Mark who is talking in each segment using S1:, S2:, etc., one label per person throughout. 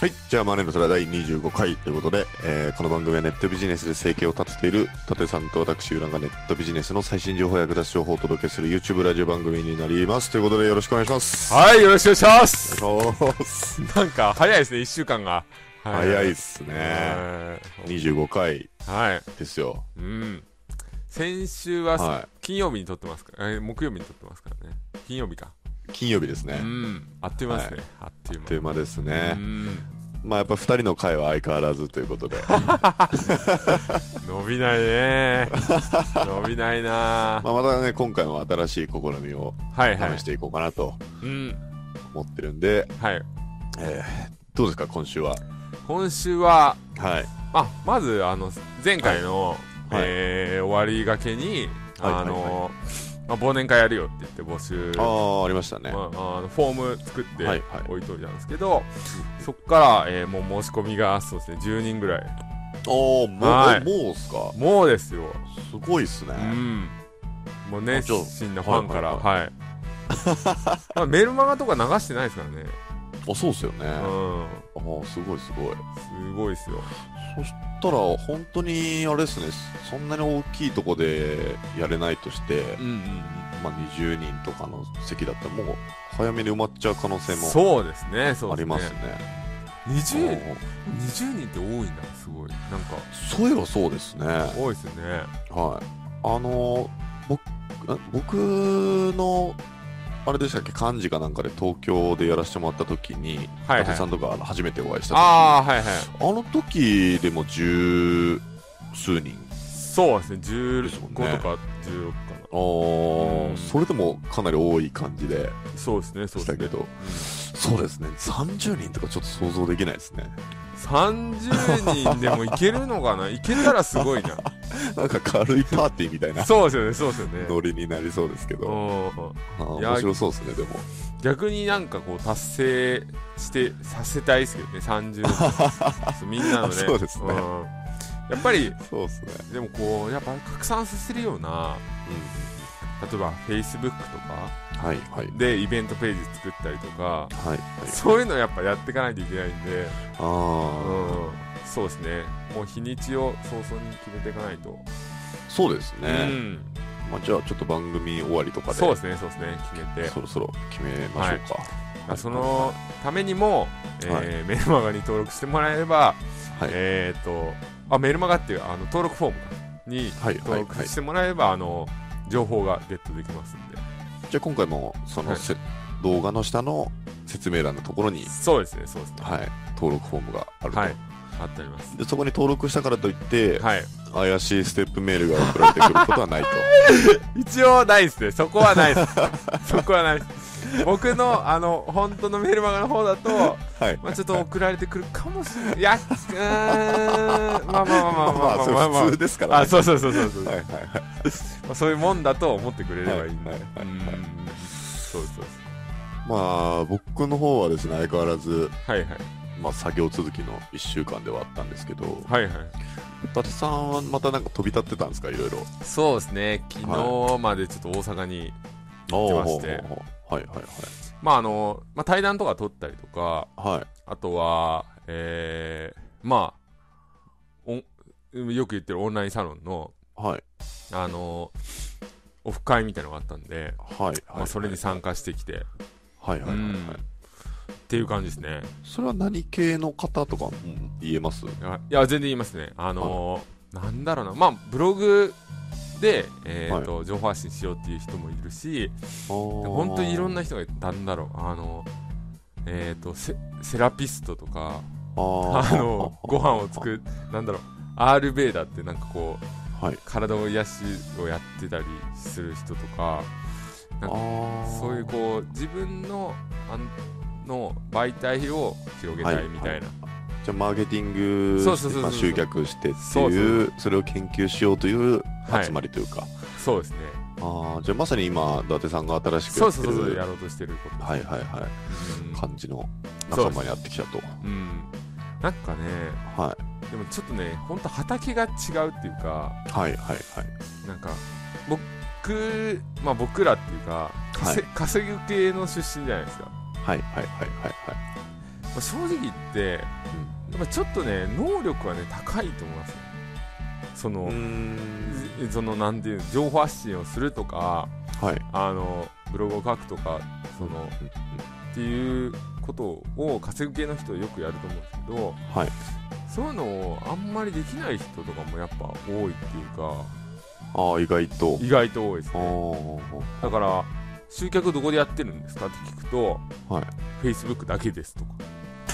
S1: はい。じゃあ、マネーの空第25回ということで、えーこの番組はネットビジネスで生計を立てている、立さんと私、浦がネットビジネスの最新情報や役立つ情報をお届けする YouTube ラジオ番組になります。ということで、よろしくお願いします。
S2: はい、よろしくお願いします。
S1: お願いします。
S2: なんか早いですね、1週間が。は
S1: 早いっすね。
S2: は
S1: 25回
S2: いはい。
S1: ですよ。
S2: うん。先週は、
S1: は
S2: 金曜日に撮ってますから、えー木曜日に撮ってますからね。金曜日か。
S1: い。金曜日ですね。
S2: う
S1: あ
S2: ん。あっという間ですね。あっという
S1: っ
S2: 間。
S1: という間ですね
S2: う。ん。
S1: まあ、やっぱ2人の回は相変わらずということで。
S2: 伸びな いね。伸びないな。
S1: まあ、またね、今回も新しい試みを
S2: はいはい
S1: 試し。ていこうかなと
S2: うん。
S1: 思ってるんで、
S2: はい。
S1: えーどうですか、今週は。
S2: 今週は、
S1: はい。
S2: あ、まず、あの、前回の、
S1: はい
S2: えー終わりがけに、
S1: はい
S2: あの、まあ、忘年会やるよって言って募集
S1: ああ、ありましたね。
S2: まあ、あのフォーム作って
S1: はいはい
S2: 置いといたんですけど、そこから、えーもう申し込みがそうですね10人ぐらい
S1: おーもう、
S2: はい
S1: もうっすか
S2: もうですよ、
S1: すごいっすね、
S2: うんもう熱心な
S1: あ
S2: フ
S1: ちょ
S2: ァンから
S1: は
S2: はいい、 まあ、メルマガとか流してないですからね、
S1: あそうっすよね、あ
S2: うん、
S1: ーすごいすごい
S2: すごいですよ
S1: そしたら本当にあれですねそんなに大きいとこでやれないとして、
S2: うんうん
S1: まあ、20人とかの席だったらもう早めに埋まっちゃう可能性も
S2: そうですねそ
S1: あ
S2: うで
S1: り
S2: す
S1: ま
S2: ね
S1: すね
S2: 20,
S1: おー
S2: 20人って多いなすごいなんか
S1: そういえばそうですねはい
S2: 多いですよね
S1: あのー僕あ僕のあれでしたっけ幹事かなんかで東京でやらせてもらった時に、
S2: はいはい
S1: 伊達さんとかあの初めてお会いした時に
S2: ああはいはい
S1: あの時でも十数人。
S2: そうですね
S1: ですもん
S2: 15
S1: ね
S2: とか16かな
S1: あー
S2: うん
S1: それでもかなり多い感じで
S2: そうですねそう
S1: し
S2: です
S1: た
S2: ね
S1: けど、そうですね、30人とかちょっと想像できないですね。
S2: 30人でもいけるのかないけたらすごいな。
S1: なんか軽いパーティーみたいな
S2: そうですよね、そうですよね。
S1: ノリになりそうですけ
S2: う
S1: ど、
S2: ん
S1: あー
S2: いや
S1: 面白そうですね、でも。
S2: 逆になんかこう達成してさせたいですけどね、30 人。そうみんなのね。
S1: そうですね
S2: んやっぱり、
S1: そうですね。
S2: でもこう、やっぱ拡散させるような、例えば Facebook とか
S1: うん。はい、はい。
S2: でイベントページ作ったりとか、
S1: はい、はい。
S2: そういうのやっぱやっていかないといけないんで、
S1: あ
S2: う
S1: ー
S2: ん、そうですね。もう日にちを早々に決めていかないと。
S1: そうです
S2: う
S1: ね。
S2: ん。
S1: まあ、じゃあちょっと番組終わりとかで、
S2: そうですね、そうですね。決めて。
S1: そろそろ決めましょうか。
S2: まあそのためにも、えー
S1: はい
S2: メルマガに登録してもらえれば、
S1: はい
S2: えっ、とあメルマガっていうあの登録フォームに
S1: はい、は
S2: 登
S1: い、
S2: 録
S1: はい
S2: し。てもらえれば、あの情報がゲットできますんで
S1: じゃあ今回もその、
S2: はい
S1: せ動画の下の説明欄のところに、
S2: そうですねそうですね
S1: はい、登録フォームがあると、
S2: はいあっております
S1: でそこに登録したからといって、
S2: はい
S1: 怪しいステップメールが送られてくることはないと
S2: 一応ないですねそこはないです そこはないです僕のあの本当のメルマガの方だと、
S1: はい、
S2: まあ、ちょっと送られてくるかもしれないいやうーんまあまあまあま あまあまあまあ、
S1: それ普通ですから
S2: あ
S1: ね
S2: そうそうそうそうそう、
S1: はいはいはい
S2: まあ、そういうもんだと思ってくれればいいんで、
S1: はいはいはい
S2: うんそうそうそう
S1: まあ僕の方はですね相変わらず、
S2: はいはい
S1: まあ、作業続きの1週間ではあったんですけど
S2: はいはい
S1: 伊達さんはまたなんか飛び立ってたんですかいろいろ
S2: そうですね昨日までちょっと大阪に、
S1: お
S2: まして
S1: ーはいはい
S2: まああの、まあ、対談とか撮ったりとか
S1: はいはい
S2: あとはえー、まあおよく言ってるオンラインサロンの
S1: はい
S2: あのオフ会みたいなのがあったんで、
S1: はいはい
S2: まあ、それに参加してきて、
S1: はいはいはいはい、
S2: うんっていう感じですね
S1: それは何系の方とかも言えます
S2: いやいや全然言いますねあのーなんだろうなまあブログで、えーと情報発信しようっていう人もいるし本
S1: 本
S2: 当にいろんな人がいたんだろうあのえっ、とセセラピストとかあのご飯を作るなんだろうアールベーダーってなんかこう
S1: はい
S2: 体を癒しをやってたりする人とかなんかそういうこう自分のあんの媒体を広げたいみたいな、
S1: じゃあマーケティング
S2: そうそうそうそう
S1: まあ集客してっていう
S2: そ
S1: そう
S2: そ
S1: れを研究しようという
S2: はい
S1: 集まりというか、
S2: そうですね
S1: あああ、じゃあまさに今、伊達さんが新しく
S2: そ
S1: や
S2: う
S1: って
S2: そ
S1: る
S2: うそうそうやろうとしてること、
S1: はいはいは
S2: うん
S1: い。感じの仲間に会ってきたと。
S2: うん、なんかね
S1: は
S2: でもちょっとねほんと畑が違うっていう
S1: い
S2: か
S1: はいはいはい。
S2: なんか僕まあ僕らっていうか稼,、稼ぐ系の出身じゃないですか、ま
S1: はいはいはいはいはい。
S2: あ正直言ってやっぱちょっとね能力はね高いと思いますねその、
S1: ん。
S2: そのなんていうの情報発信をするとか
S1: はい。
S2: あのブログを書くとかそのっていうことを稼ぐ系の人はよくやると思うんですけど、
S1: はい
S2: そういうのをあんまりできない人とかもやっぱ多いっていうか
S1: ああ、意外と。
S2: 意外と多いです
S1: あ
S2: ねだから集客どこでやってるんですかって聞くと、
S1: はい
S2: Facebook だけですとか
S1: あ。ああ。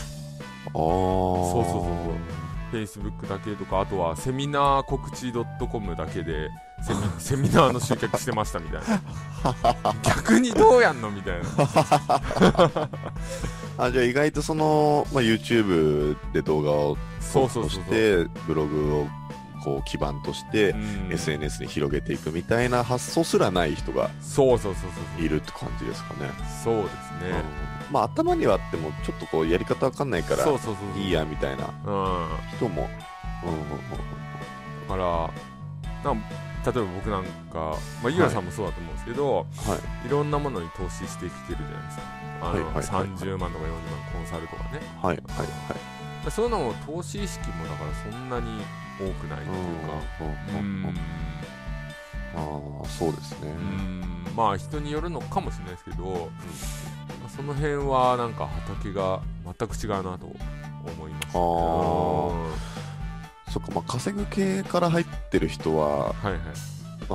S1: そう
S2: そうそうそう Facebook だけとかあとはセミナー告知 .com だけでセ ミセミナーの集客してましたみたいな逆にどうやんのみたいな
S1: あじゃあ意外とその、まあ、YouTube で動画を
S2: そうそうそう
S1: し
S2: そう、
S1: てブログをこう基盤として
S2: うん
S1: SNS に広げていくみたいな発想すらない人が
S2: そうそうそうそうそう
S1: いるって感じですかね、
S2: そうですね、
S1: うんまあ頭にはあってもちょっとこうやり方わかんないから
S2: そうそうそう
S1: いいやみたいな
S2: うん
S1: 人も、うんうんうん
S2: だからなん例えば僕なんか、まあ、井浦さんもそうだと思うんですけど、
S1: はい
S2: い、ろんなものに投資してきてるじゃないですかあの、
S1: はいはいはい
S2: 30万とか40万コンサルとかね
S1: はいはいはい
S2: そういうのも投資意識もだからそんなに多くないという
S1: うん
S2: か
S1: う
S2: う
S1: ん
S2: ん
S1: ああそうですね、
S2: うんまあ人によるのかもしれないですけど、まあその辺はなんか畑が全く違うなと思います
S1: あー
S2: うん
S1: そっかまあ稼ぐ系から入ってる人は、
S2: はいはい
S1: ま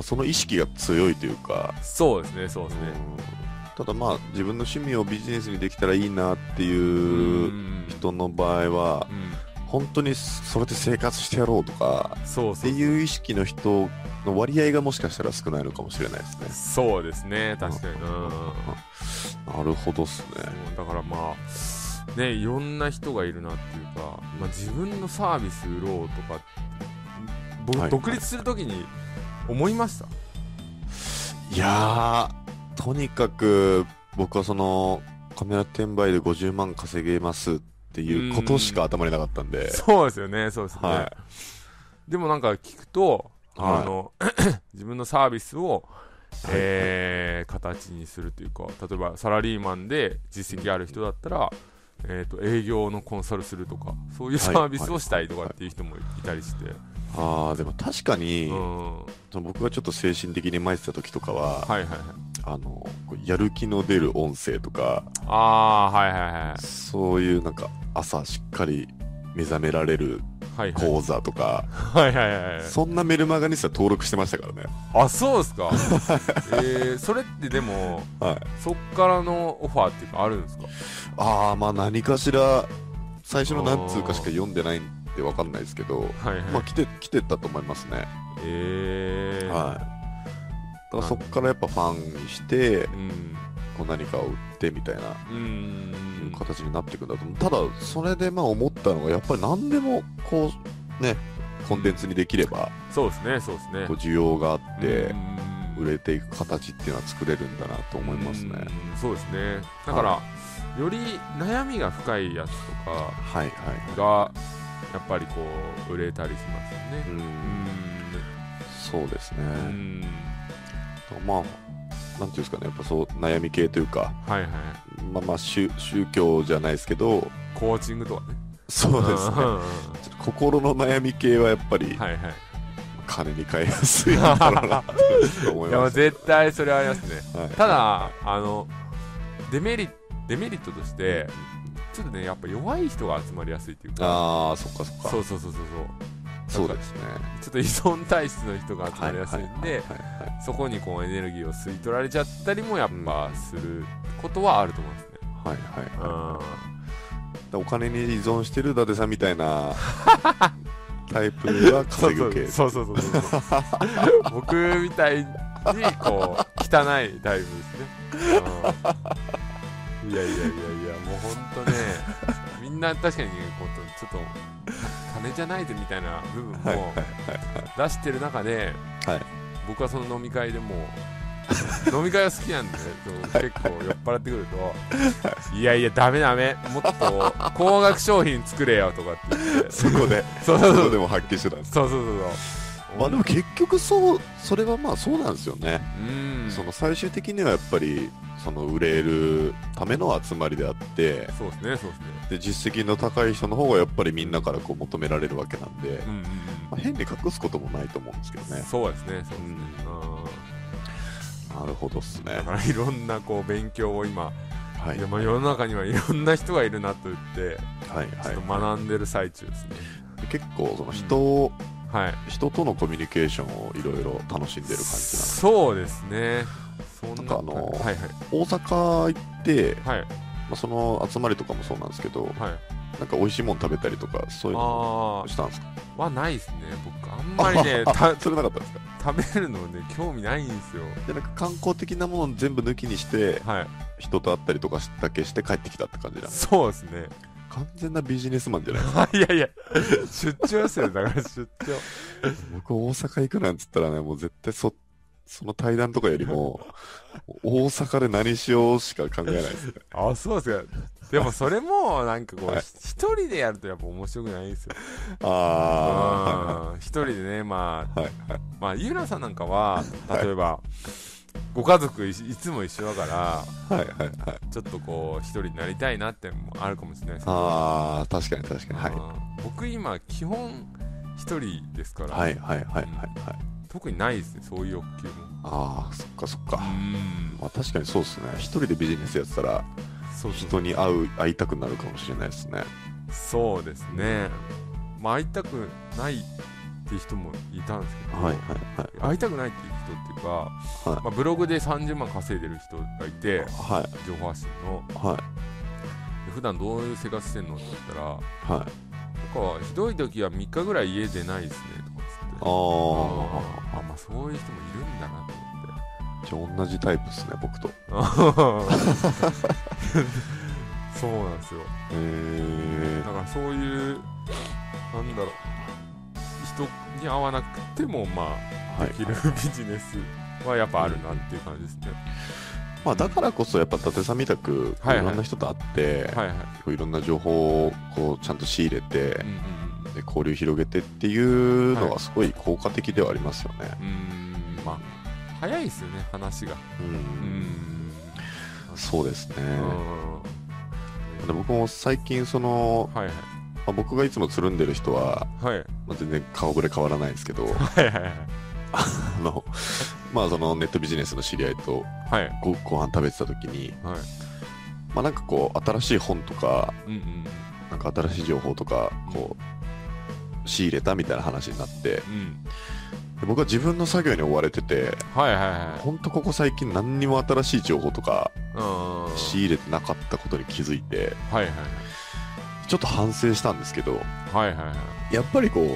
S1: あ、その意識が強いというか
S2: そうですねそうですね、
S1: ただまあ自分の趣味をビジネスにできたらいいなっていう人の場合は
S2: う
S1: 本当にそれで生活してやろうとか
S2: ん、そう
S1: っ
S2: そ
S1: て
S2: う
S1: いう意識の人の割合がもしかしたら少ないのかもしれないですね。
S2: そうですね確かにな、うん
S1: なるほどっすね。
S2: そうだからまあねいろんな人がいるなっていうか、まあ、自分のサービス売ろうとか僕、
S1: はい
S2: 独立するときに思いました
S1: いやーとにかく僕はそのカメラ転売で50万稼げますっていうことしか頭になかったんで。
S2: そうですよねそうですよね、
S1: は
S2: でもなんか聞くと
S1: はい
S2: あの、 自分のサービスを、えー形にするというか例えばサラリーマンで実績ある人だったら、えー、と営業のコンサルするとかそういうサービスをしたいとかっていう人もいたりして、
S1: あーでも確かに、
S2: うん、は
S1: その僕がちょっと精神的に参ってた時とかは、
S2: いはいはい
S1: あのこうやる気の出る音声とか
S2: ああーはいはいはい
S1: そういうなんか朝しっかり目覚められる
S2: はいはい
S1: 講座とか、
S2: はいはいはいはい
S1: そんなメルマガにさ登録してましたからね。
S2: あそうです かえー、それってでも
S1: はい、
S2: そっからのオファーっていうかあるんですか
S1: ああまあ何かしら最初の何通かしか読んでないんでわかんないですけど、
S2: はいはい、
S1: まあ来て来てたと思いますね。
S2: えー、
S1: はいだからそこからやっぱファンにして
S2: うん
S1: こう何かを売ってみたいな
S2: うん
S1: 形になっていくんだと思うただそれでまあ思ったのがやっぱり何でもこうねコンテンツにできれば
S2: そうですね、そうですね
S1: こう。需要があって
S2: うん
S1: 売れていく形っていうのは作れるんだなと思いますね。
S2: うんそうですね。だから、より悩みが深いやつとか
S1: はいはいはい
S2: が、やっぱりこう、売れたりしますよね
S1: う。ん
S2: う
S1: そうですね、
S2: ん。うん。
S1: まあなんていうんですかねやっぱそう悩み系というか
S2: はいはい。
S1: まあまあ宗宗教じゃないですけど
S2: コーチングとかね。
S1: そうですね
S2: んんん
S1: ちょっと心の悩み系はやっぱり
S2: はいはい。
S1: 金に換えやすいんだろうなって思い
S2: いや、も
S1: ま
S2: う
S1: す
S2: 絶対それはありますね。
S1: はい
S2: ただ、あの、デメリデメリットとして、ちょっとね、やっぱ弱い人が集まりやすいっていうか、
S1: ああそっかそっか
S2: そうそうそうそうそう。
S1: そうですね
S2: ちょっと依存体質の人が集まりやすいんで、
S1: はいはい
S2: そこにこうエネルギーを吸い取られちゃったりもやっぱすることはあると思いますね。
S1: はいはい
S2: うん、
S1: はいだお金に依存してる伊達さんみたいな タイプは稼ぐ系
S2: そうそうそうそうそうそう僕みたいにこう汚いタイプですね。うん、いやいやいやいやもう本当ねみんな確かにこうちょっと金じゃないでみたいな部分も出してる中で、
S1: はい
S2: 僕はその飲み会でもう飲み会は好きなんで、ね、そう結構酔っ払ってくると、いやいや、ダメダメ、もっと高額商品作れよとかって言って、
S1: そこで、
S2: そうそ
S1: そう
S2: そ
S1: こ
S2: う
S1: でも発揮してたんです。
S2: そうそうそうそう。
S1: まあでも結局そう、それはまあそうなんですよね。
S2: うん、
S1: そ
S2: そう
S1: の最終的にはやっぱり、その売れるための集まりであって、
S2: ですね、そうですね。
S1: で、実績の高い人の方がやっぱりみんなからこう求められるわけなんで
S2: う、んうん
S1: まあ、変に隠すこともないと思うんですけど
S2: うん、
S1: ね。
S2: そうですね、そうう。
S1: ん、
S2: うん
S1: なるほどっすね
S2: だ。からいろんなこう勉強を今、
S1: はいい。
S2: や
S1: はい
S2: まあ世の中にはいろんな人がいるなと言って、ちょっと
S1: は
S2: 学んでる最中ですね。
S1: い。結構、その人を、
S2: はい。
S1: 人とのコミュニケーションをいろいろ楽しんでる感じなんで
S2: そうですね。そん
S1: な
S2: な
S1: んかあのー
S2: はい
S1: 大阪行って、
S2: はいはい
S1: まあ、その集まりとかもそうなんですけど、
S2: はい。
S1: なんか美味しいもの食べたりとか、そういうの
S2: あ
S1: もしたんですか
S2: あはないですね。僕あん まりねた
S1: あそれなかったんですか
S2: 食べるのね興味ないんですよ。
S1: じゃなく観光的なもの全部抜きにして、
S2: はい。
S1: 人と会ったりとかだけして帰ってきたって感じなんです。
S2: そうですね。
S1: 完全なビジネスマンじゃないですか。
S2: いやいや出張ですよだから出張。
S1: 僕大阪行くなんつったらね、もう絶対そ、その対談とかよりも、大阪で何しようしか考えない ですね。
S2: あそうですか。でもそれもなんかこ
S1: は
S2: う
S1: い
S2: 一人でやるとやっぱ面白くないんですよ。
S1: あ
S2: うん一人でねま
S1: あ、はいはい。
S2: あまあゆうらさんなんかは例えばご家族いいつも一緒だから。
S1: はいはいはい。
S2: ちょっとこう一人になりたいなってのもあるかもしれないですけど
S1: ああ、確かに確かに。はい。
S2: うん僕今基本一人ですから、
S1: はいはいはいはいはい。
S2: 特にないですねそういう欲求も
S1: ああ、そっかそっか。
S2: ん
S1: まあ確かにそうですね。一人でビジネスやってたら、
S2: そうそう
S1: 人に会う、会いたくなるかもしれないですね。
S2: そうですね、まあ、会いたくないって人もいたんですけど、
S1: はいはいはい。
S2: 会いたくないっていう人っていうか、
S1: はい
S2: まあ、ブログで30万稼いでる人がいて
S1: はい
S2: 情報発信の
S1: はい
S2: で普段どういう生活してんのって言ったら
S1: はい。
S2: 僕はひどい時は3日ぐらい家出ないですねとかつって
S1: ああ。
S2: あまあそういう人もいるんだなと思って
S1: じゃあ同じタイプですね、僕と。へ
S2: そうなんですよ
S1: え
S2: だからそういうなんだろう人に会わなくてもま
S1: は
S2: あでき
S1: い。
S2: るビジネスはやっぱあるなっていう感じですね、
S1: まあだからこそやっぱ伊達さんみたく、
S2: はい
S1: い
S2: はい
S1: ろんな人と会って、
S2: はいはい
S1: こういろんな情報をこうちゃんと仕入れて
S2: うん、
S1: で交流広げてっていうのはすごい効果的ではありますよね。
S2: うんうんうーんまあ早いですよね話が
S1: う。
S2: うんん
S1: そうですね。
S2: うん
S1: で僕も最近その、
S2: はい
S1: まあ僕がいつもつるんでる人は、
S2: はいはい
S1: まあ、全然顔ぶれ変わらないですけど
S2: はいはい
S1: あのまあそのネットビジネスの知り合いと
S2: はいはい
S1: ごご飯食べてた時に、
S2: はい
S1: まあ、なんかこう新しい本とか
S2: うんうん
S1: なんか新しい情報とかこう仕入れたみたいな話になって
S2: うん
S1: で僕は自分の作業に追われてて
S2: はいはいはい
S1: ほんとここ最近何にも新しい情報とか
S2: うん
S1: 仕入れてなかったことに気づいて
S2: はいはい
S1: ちょっと反省したんですけど
S2: はいはいはい
S1: やっぱりこう、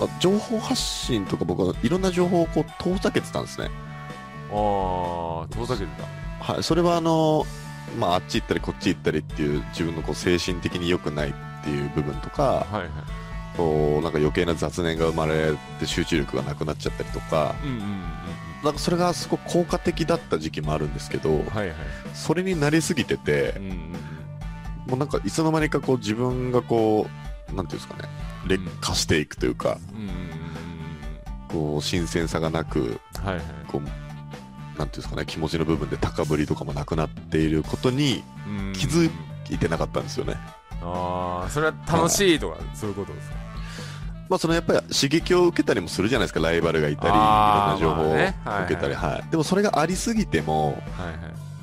S1: まあ、情報発信とか僕はいろんな情報をこう遠ざけてたんですね。
S2: ああ、遠ざけて
S1: はい、それはあの、まあ、あっち行ったりこっち行ったりっていう自分のこう精神的に良くないっていう部分と
S2: た。
S1: か
S2: はいはい。
S1: こうなんか余計な雑念が生まれて集中力がなくなっちゃったりとか
S2: うんうんうん
S1: なんかそれがすごく効果的だった時期もあるんですけど
S2: うん。はいはい。
S1: それになりすぎてて
S2: うんうん
S1: もうなんかいつの間にかこう自分がこうなんていうんですかね劣化していくというか
S2: うん。うんうんうん
S1: こう新鮮さがなく
S2: うん。はいはい。
S1: こうなんていうんですかね気持ちの部分で高ぶりとかもなくなっていることに
S2: うん
S1: 気づいてなかったんですよね。
S2: ああ、それは楽しいとか、そういうことですか。
S1: まあ、そのやっぱり刺激を受けたりもするじゃないですか、ライバルがいたり、いろん
S2: あ
S1: な
S2: ー
S1: 情報を受
S2: まあねはいはい
S1: けたり、はい。でもそれがありすぎても、
S2: はいは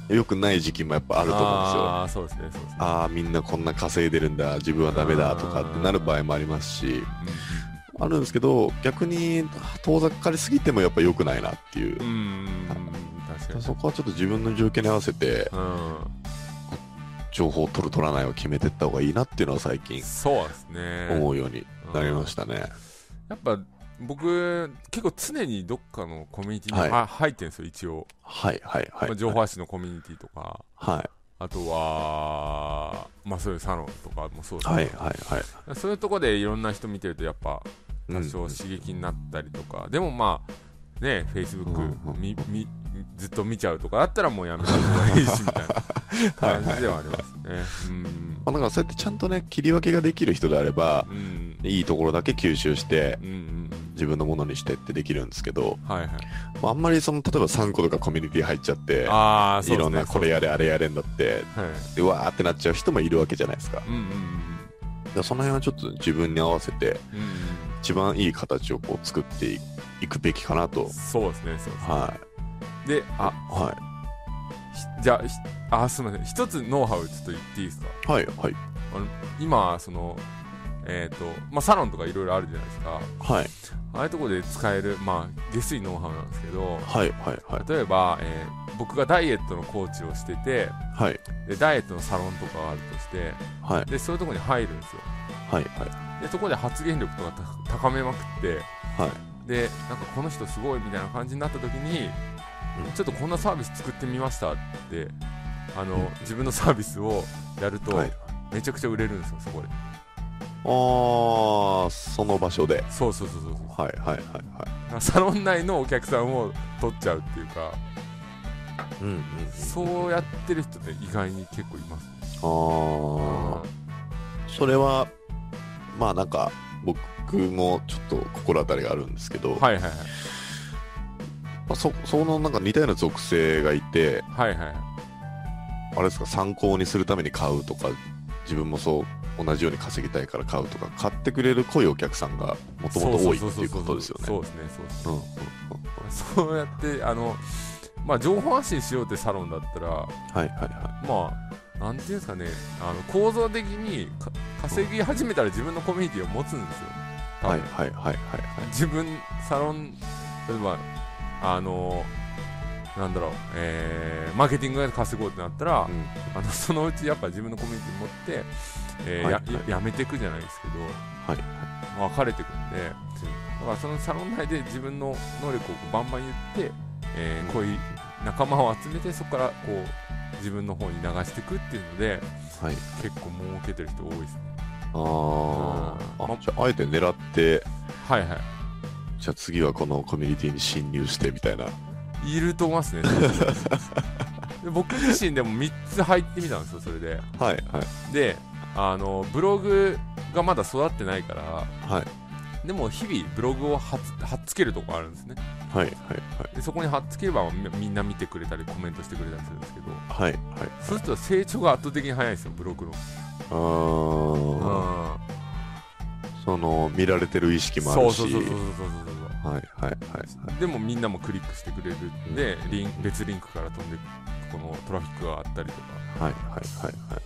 S2: い。
S1: 良くない時期もやっぱあ
S2: あ
S1: ると思うんですよ。
S2: ああ、そうですね、そうですね。
S1: ああ、みんなこんな稼いでるんだ、自分はダメだとかってなる場合もありますし、あるんですけど、逆に遠ざかりすぎてもやっぱ良くないなっていう
S2: うん。う。ん。うん確かに。
S1: そこはちょっと自分の状況に合わせて、
S2: う
S1: 情報を取る取らないを決めていった方がいいなっていうのは最近
S2: ん。そうですね。。
S1: 思うようになりましたたね。
S2: やっぱ、僕、結構常にどっかのコミュニティ
S1: はい
S2: には入ってるんですよ、一応。
S1: はいはいはい。
S2: まあ情報発信のコミュニティとか。
S1: はい
S2: あとは、まあそういうサロンとかもそうです
S1: は
S2: ね
S1: いはいはい。
S2: そういうとこでいろんな人見てるとやっぱ
S1: う
S2: 多
S1: ん
S2: 少刺激になったりとか、でもまあね、
S1: うん
S2: Facebook
S1: うんうん
S2: みみずっと見ちゃうとかあったらもうやめた方がいいしみたいな
S1: はいはい
S2: 感じではありますね。うん
S1: まあ、だからそうやってちゃんとね切り分けができる人であれば
S2: うん
S1: いいところだけ吸収して
S2: うんうん
S1: 自分のものにしてってできるんですけど、
S2: はいはい。
S1: まあ、あんまりその例えば3個とかコミュニティ入っちゃって
S2: ああ、そう
S1: い
S2: で
S1: ろ
S2: す
S1: ん
S2: ね。
S1: なこれやれあれやれになって
S2: はい。
S1: でわーってなっちゃう人もいるわけじゃないですかだか
S2: うんうん
S1: らその辺はちょっと自分に合わせて
S2: うんうん
S1: 一番いい形をこう作っていいくべきかな
S2: う
S1: と
S2: ん。そうですね、そうですね。
S1: は
S2: で、あ、
S1: いは
S2: ひじゃあひ、あ、すみません。一つノウハウちょっと言っていいですか
S1: いはいはい
S2: あの今、その、えっ、と、まあ、サロンとかいろいろあるじゃないですか。
S1: はい
S2: ああいうとこで使える、まあ、下水ノウハウなんですけど、
S1: はいはいはい
S2: 例えば、えー僕がダイエットのコーチをしてて
S1: はい
S2: でダイエットのサロンとかがあるとして
S1: はい
S2: でそういうとこに入るんですよ
S1: はいは
S2: でそこで発言力とかた高めまくって、
S1: は
S2: でなんかこの人すごいみたいな感じになった時に、
S1: うん
S2: ちょっとこんなサービス作ってみましたってあの、自分のサービスをやると、
S1: いはい
S2: めちゃくちゃ売れるんですよそこで
S1: あーその場所で
S2: そうそうそうそうそう
S1: はいはいはいは
S2: だからサロン内のお客さんを取っちゃうっていうか
S1: いうんうん
S2: そうやってる人って意外に結構いますね
S1: ああそれはまあなんか僕もちょっと心当たりがあるんですけど、
S2: はいはいはい
S1: まあ、そそのなんか似たような属性がいて
S2: はいはいはい
S1: あれですか参考にするために買うとか自分もそう同じように稼ぎたいから買うとか買ってくれる濃いお客さんがもともと多いっていうことですよね
S2: そうですねそうですね
S1: うんうんうん
S2: そうやってあのまあ情報発信しようってサロンだったら
S1: はいはいは
S2: まあなんていうんですかねあの構造的にか稼ぎ始めたら自分のコミュニティを持つんですよ多
S1: いはい
S2: 分
S1: はいはいはい
S2: 自分サロン例えばあのなんだろう、えーマーケティングで稼ごうってなったら、
S1: はいうん
S2: あのそのうちやっぱ自分のコミュニティ持って、えー
S1: はい
S2: や
S1: はい
S2: やめていくじゃないですけど、
S1: はい
S2: まあ分かれていくんで、だからそのサロン内で自分の能力をこうバンバン言って、えー
S1: うん
S2: こういう仲間を集めてそこからこう自分の方に流していくっていうので
S1: はい
S2: 結構儲けてる人多いですね
S1: あー
S2: うん
S1: あじゃああえて狙って
S2: はいは
S1: じゃあ次はこのコミュニティに侵入してみたいない
S2: いると思いますねで僕自身でも3つ入ってみたんですよそれで
S1: はいはい
S2: であのブログがまだ育ってないから
S1: はい
S2: でも日々ブログをはっはっつけるとこあるんですね
S1: はいはいはい
S2: でそこにはっつければみみんな見てくれたりコメントしてくれたりするんですけど
S1: はいはい
S2: そうすると成長が圧倒的に早いんですよブログの
S1: あー
S2: あ
S1: その見られてる意識もあ
S2: そ
S1: る
S2: う
S1: し
S2: そうそうそうそうそう
S1: はいはいはい
S2: そうでもみんなもクリックしてくれるんでリン別リンクから飛んでこのトラフィックがあったりとか
S1: はいはいはいはいはい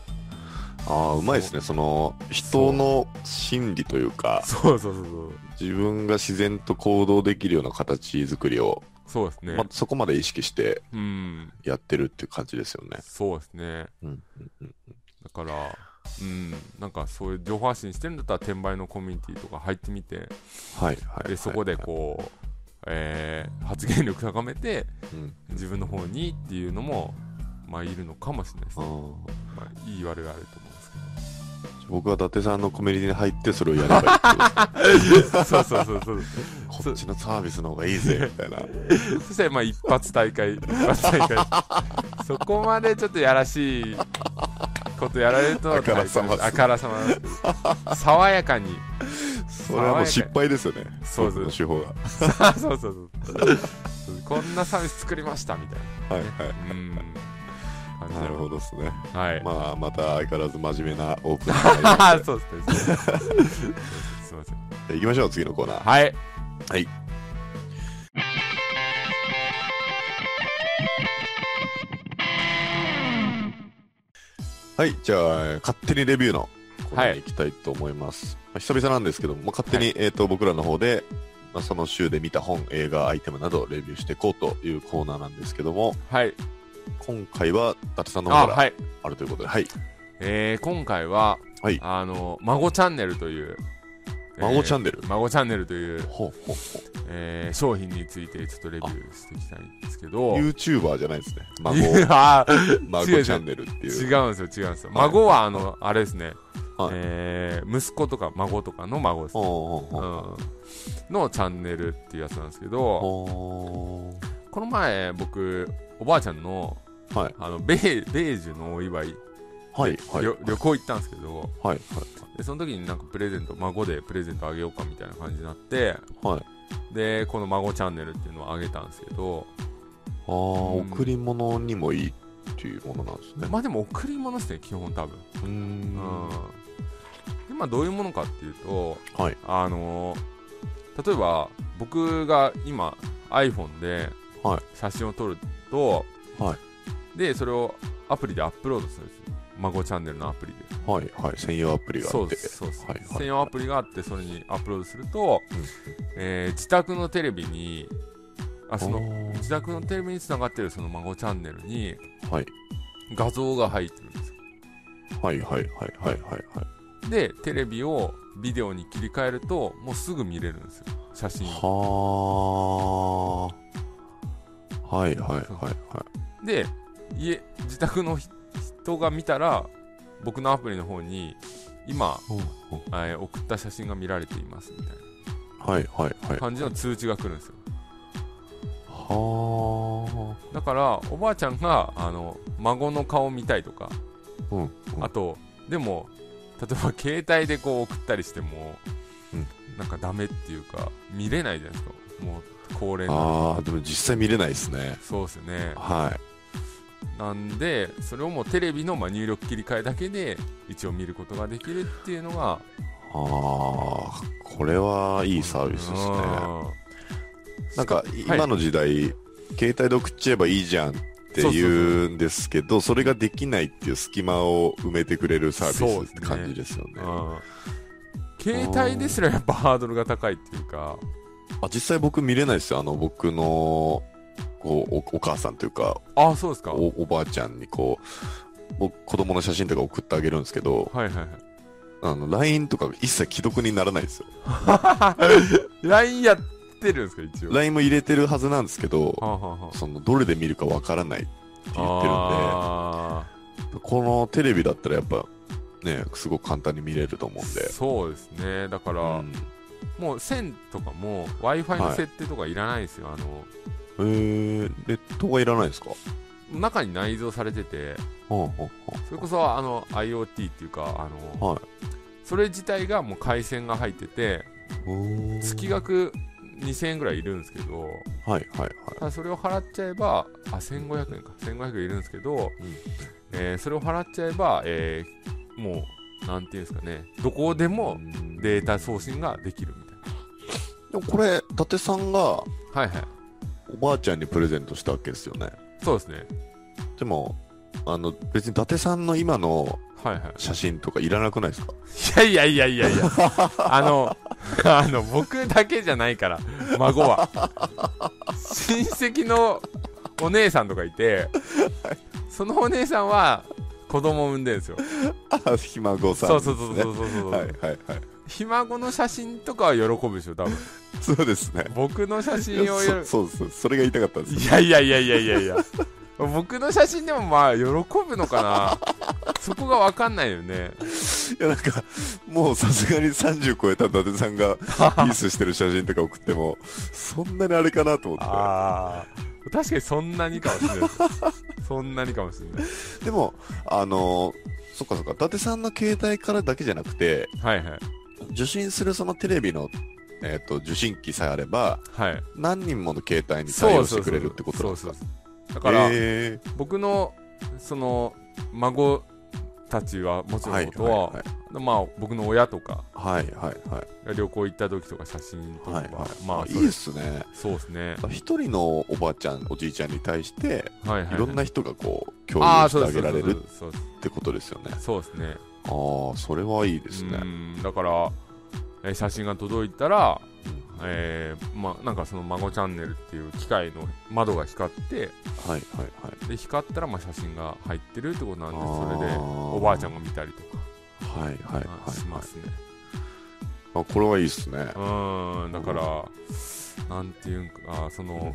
S1: ああうまいですねその人の心理というか
S2: そうそうそうそう
S1: 自分が自然と行動できるような形作りを、
S2: そうですね、
S1: まあ、そこまで意識して
S2: うん
S1: やってるっていう感じですよね
S2: そうですね
S1: うんうんうん
S2: だからうんなんかそういう情報発信してるんだったら転売のコミュニティとか入ってみて
S1: はいはいはい
S2: でそこでこう、えー発言力高めて
S1: うん
S2: 自分の方にっていうのもまあいるのかもしれないです
S1: あ
S2: ね、
S1: ー
S2: まあ、いい悪いがあると思うんです
S1: 僕は伊達さんのコミュニティに入ってそれをやればいいってこと
S2: けどそうそうそう そう
S1: ですねこっちのサービスの方がいいぜみたい な
S2: そしてまあ一発大会一発大会そこまでちょっとやらしいことやられると
S1: あからさまです
S2: あからさまなんですけど爽やかに
S1: それはもう失敗ですよね
S2: そうそ
S1: 僕
S2: う
S1: の手法が
S2: あ そうそうそうこんなサービス作りましたみたい
S1: はい はい
S2: なうん感じだ
S1: なるほどですね。
S2: はい、
S1: まあ、また相変わらず真面目なオープンになりま
S2: あそうですねそ うですねすいません
S1: す。行きましょう、次のコーナー。
S2: はい
S1: はい。はい、じゃあ、えー勝手にレビューのコーナーに行きたいと思います。まあ、久々なんですけども、まあ、勝手に、えー、と僕らの方で、まあ、その週で見た本、映画、アイテムなどをレビューしていこうというコーナーなんですけども、
S2: はい
S1: 今回は伊達さんの方
S2: あ
S1: から
S2: はい
S1: あるということで、はい。
S2: えー、今回は、
S1: はい
S2: あの孫チャンネルという
S1: 孫チャン
S2: ネ
S1: ネル。
S2: ル孫チャンネルという、
S1: ほうほうほ
S2: えー商品についてちょっとレビューしていきたいんですけ
S1: う
S2: ど
S1: YouTuber じゃないですね。 孫、
S2: あー
S1: 孫チ
S2: 違う違う
S1: ャンネルって
S2: 違
S1: いう。
S2: うんですよ違うんですよ孫はあのあれですね、
S1: はい
S2: えー息子とか孫とかの孫です、ね
S1: ほうほう
S2: う
S1: ほう。
S2: ん、のチャンネルっていうやつなんですけど
S1: ほう
S2: ここの前僕おばあちゃんの,、
S1: はい
S2: あのベーベージュのお祝い、
S1: はいはい
S2: 旅旅行行ったんですけど
S1: はい
S2: でその時になんかプレゼント孫でプレゼントあげようかみたいな感じになって
S1: はいはい
S2: でこの「孫チャンネル」っていうのをあげたんですけど
S1: ああ、
S2: うん
S1: 贈り物にもいいっていうものなんですね
S2: まあでも贈り物ですね基本多分
S1: うー
S2: うんん
S1: は
S2: でまあどういうものかっていうと
S1: い
S2: あの例えば僕が今 iPhone で
S1: はい
S2: 写真を撮ると、
S1: は
S2: でそれをアプリでアップロードするんですよ孫チャンネルのアプリで
S1: はいはい専用アプリがあ
S2: そう
S1: って
S2: ですそうです、
S1: はいはい
S2: 専用アプリがあってそれにアップロードすると、
S1: うん
S2: えー自宅のテレビにあそ
S1: あ
S2: の
S1: ー
S2: 自宅のテレビにつながってるその孫チャンネルに
S1: はい
S2: 画像が入ってるんですよ
S1: はいはいはいはいはいはい
S2: でテレビをビデオに切り替えるともうすぐ見れるんですよ写真を
S1: はあはいはいはいは
S2: で家自宅のひ人が見たら僕のアプリの方に今、
S1: い
S2: えー送った写真が見られていますみたい
S1: はいはいはい
S2: な感じの通知が来るんですよ
S1: は
S2: だからおばあちゃんがあの孫の顔見たいとか
S1: あうんうん
S2: あとでも例えば携帯でこう送ったりしても、
S1: うん
S2: なんかダメっていうか見れないじゃないですかもう高齢な
S1: ああでも実際見れないですね
S2: そうですよね
S1: はい
S2: なんでそれをもうテレビのまあ入力切り替えだけで一応見ることができるっていうのが
S1: ああこれはいいサービスですね
S2: うん
S1: なんか
S2: し
S1: 今
S2: はい
S1: の時代、携帯で送っちゃえばいいじゃんって
S2: そうそうそう
S1: 言うんですけどそれができないっていう隙間を埋めてくれるサービスって感じですよね
S2: うん携帯ですらやっぱハードルが高いっていうか、
S1: あ実際僕見れないですよあの僕のこうおお母さんというか
S2: ああ、そうですか。はい
S1: おおばあちゃんにこう僕子供の写真とか送ってあげるんですけど
S2: はいは
S1: あの LINE とか一切既読にならないですよ
S2: い。LINE やってるんですか、一応。
S1: LINE も入れてるはずなんですけど
S2: はあはあはあ
S1: そのどれで見るかわからないって言って
S2: あ
S1: るんでこのテレビだったらやっぱねすごく簡単に見れると思うんで
S2: ーそうですね。だから、
S1: うん
S2: もう線とかも Wi-Fi の設定とかいらないですよ。あの、
S1: えー、ネットはいらないですか
S2: 中に内蔵されてて、
S1: うんうんうん
S2: それこそあの IoT っていうか、あの、
S1: はい
S2: それ自体がもう回線が入ってて、
S1: おー
S2: 月額2000円ぐらいいるんですけど、
S1: はいはいはい
S2: ただそれを払っちゃえばあ1500円か1500円いるんですけど、
S1: うん
S2: えーそれを払っちゃえば、えーもうなんていうんですかねどこでもデータ送信ができるみたい
S1: でもこれ伊達さんが
S2: なはいはい
S1: おばあちゃんにプレゼントしたわけですよね
S2: そうですね
S1: でもあの別に伊達さんの今の
S2: はいはい
S1: 写真とかいらなくないですか
S2: いやいやいやいやいやあの あの僕だけじゃないから孫は親戚のお姉さんとかいてそのお姉さんは子供を産んでるんですよ
S1: あひ孫さん
S2: そう
S1: です
S2: そ
S1: ね
S2: うそうそうそうそう、
S1: はいはいはい
S2: ひ孫の写真とかは喜ぶでしょ多分
S1: そうですね
S2: 僕の写
S1: い
S2: 真
S1: や
S2: を
S1: そそうですそれが言いたかったんです
S2: いやいやいやいやいやいや僕の写真でもまあ喜ぶのかなそこが分かんないよね
S1: いやなんかもうさすがに30超えた伊達さん がピースしてる写真とか送ってもそんなにあれかなと思っ
S2: ああ確かにそんなにかもし れないそんなにかもしれない
S1: てでもあのそっかそっか伊達さんの携帯からだけじゃなくて
S2: はいはい
S1: 受信するそのテレビの、えー、と受信機さえあれば
S2: はい
S1: 何人もの携帯に対応してくれるってことなんですか
S2: そうそうそうだから、
S1: え
S2: 僕のその孫たちはもち
S1: ー
S2: ろ
S1: は
S2: ん
S1: い
S2: のことは、
S1: はい
S2: まあ僕の親とか
S1: はいはいはい
S2: 旅行行った時とか写真とか、
S1: はいはい、
S2: ま
S1: ま
S2: あ
S1: あい
S2: そ
S1: い
S2: れ
S1: ですね
S2: そうですね
S1: 一人のおばあちゃんおじいちゃんに対して
S2: はいはいはい
S1: いろんな人がこう共
S2: あ
S1: 有
S2: あ
S1: してあげられる
S2: そうです
S1: ってことですよね
S2: そうですね
S1: ああーそれはいいですね
S2: うんだから、えー写真が届いたら、
S1: うんはい
S2: えーま、なんかその「孫チャンネル」っていう機械の窓が光って
S1: はいはい
S2: で光ったらまあ写真が入ってるってことなんで
S1: あー
S2: それでおばあちゃんが見たりとか、
S1: はいはいはい
S2: まあ
S1: はい
S2: しますね、
S1: あこれはいいですね
S2: うんだからなんていうんかあーその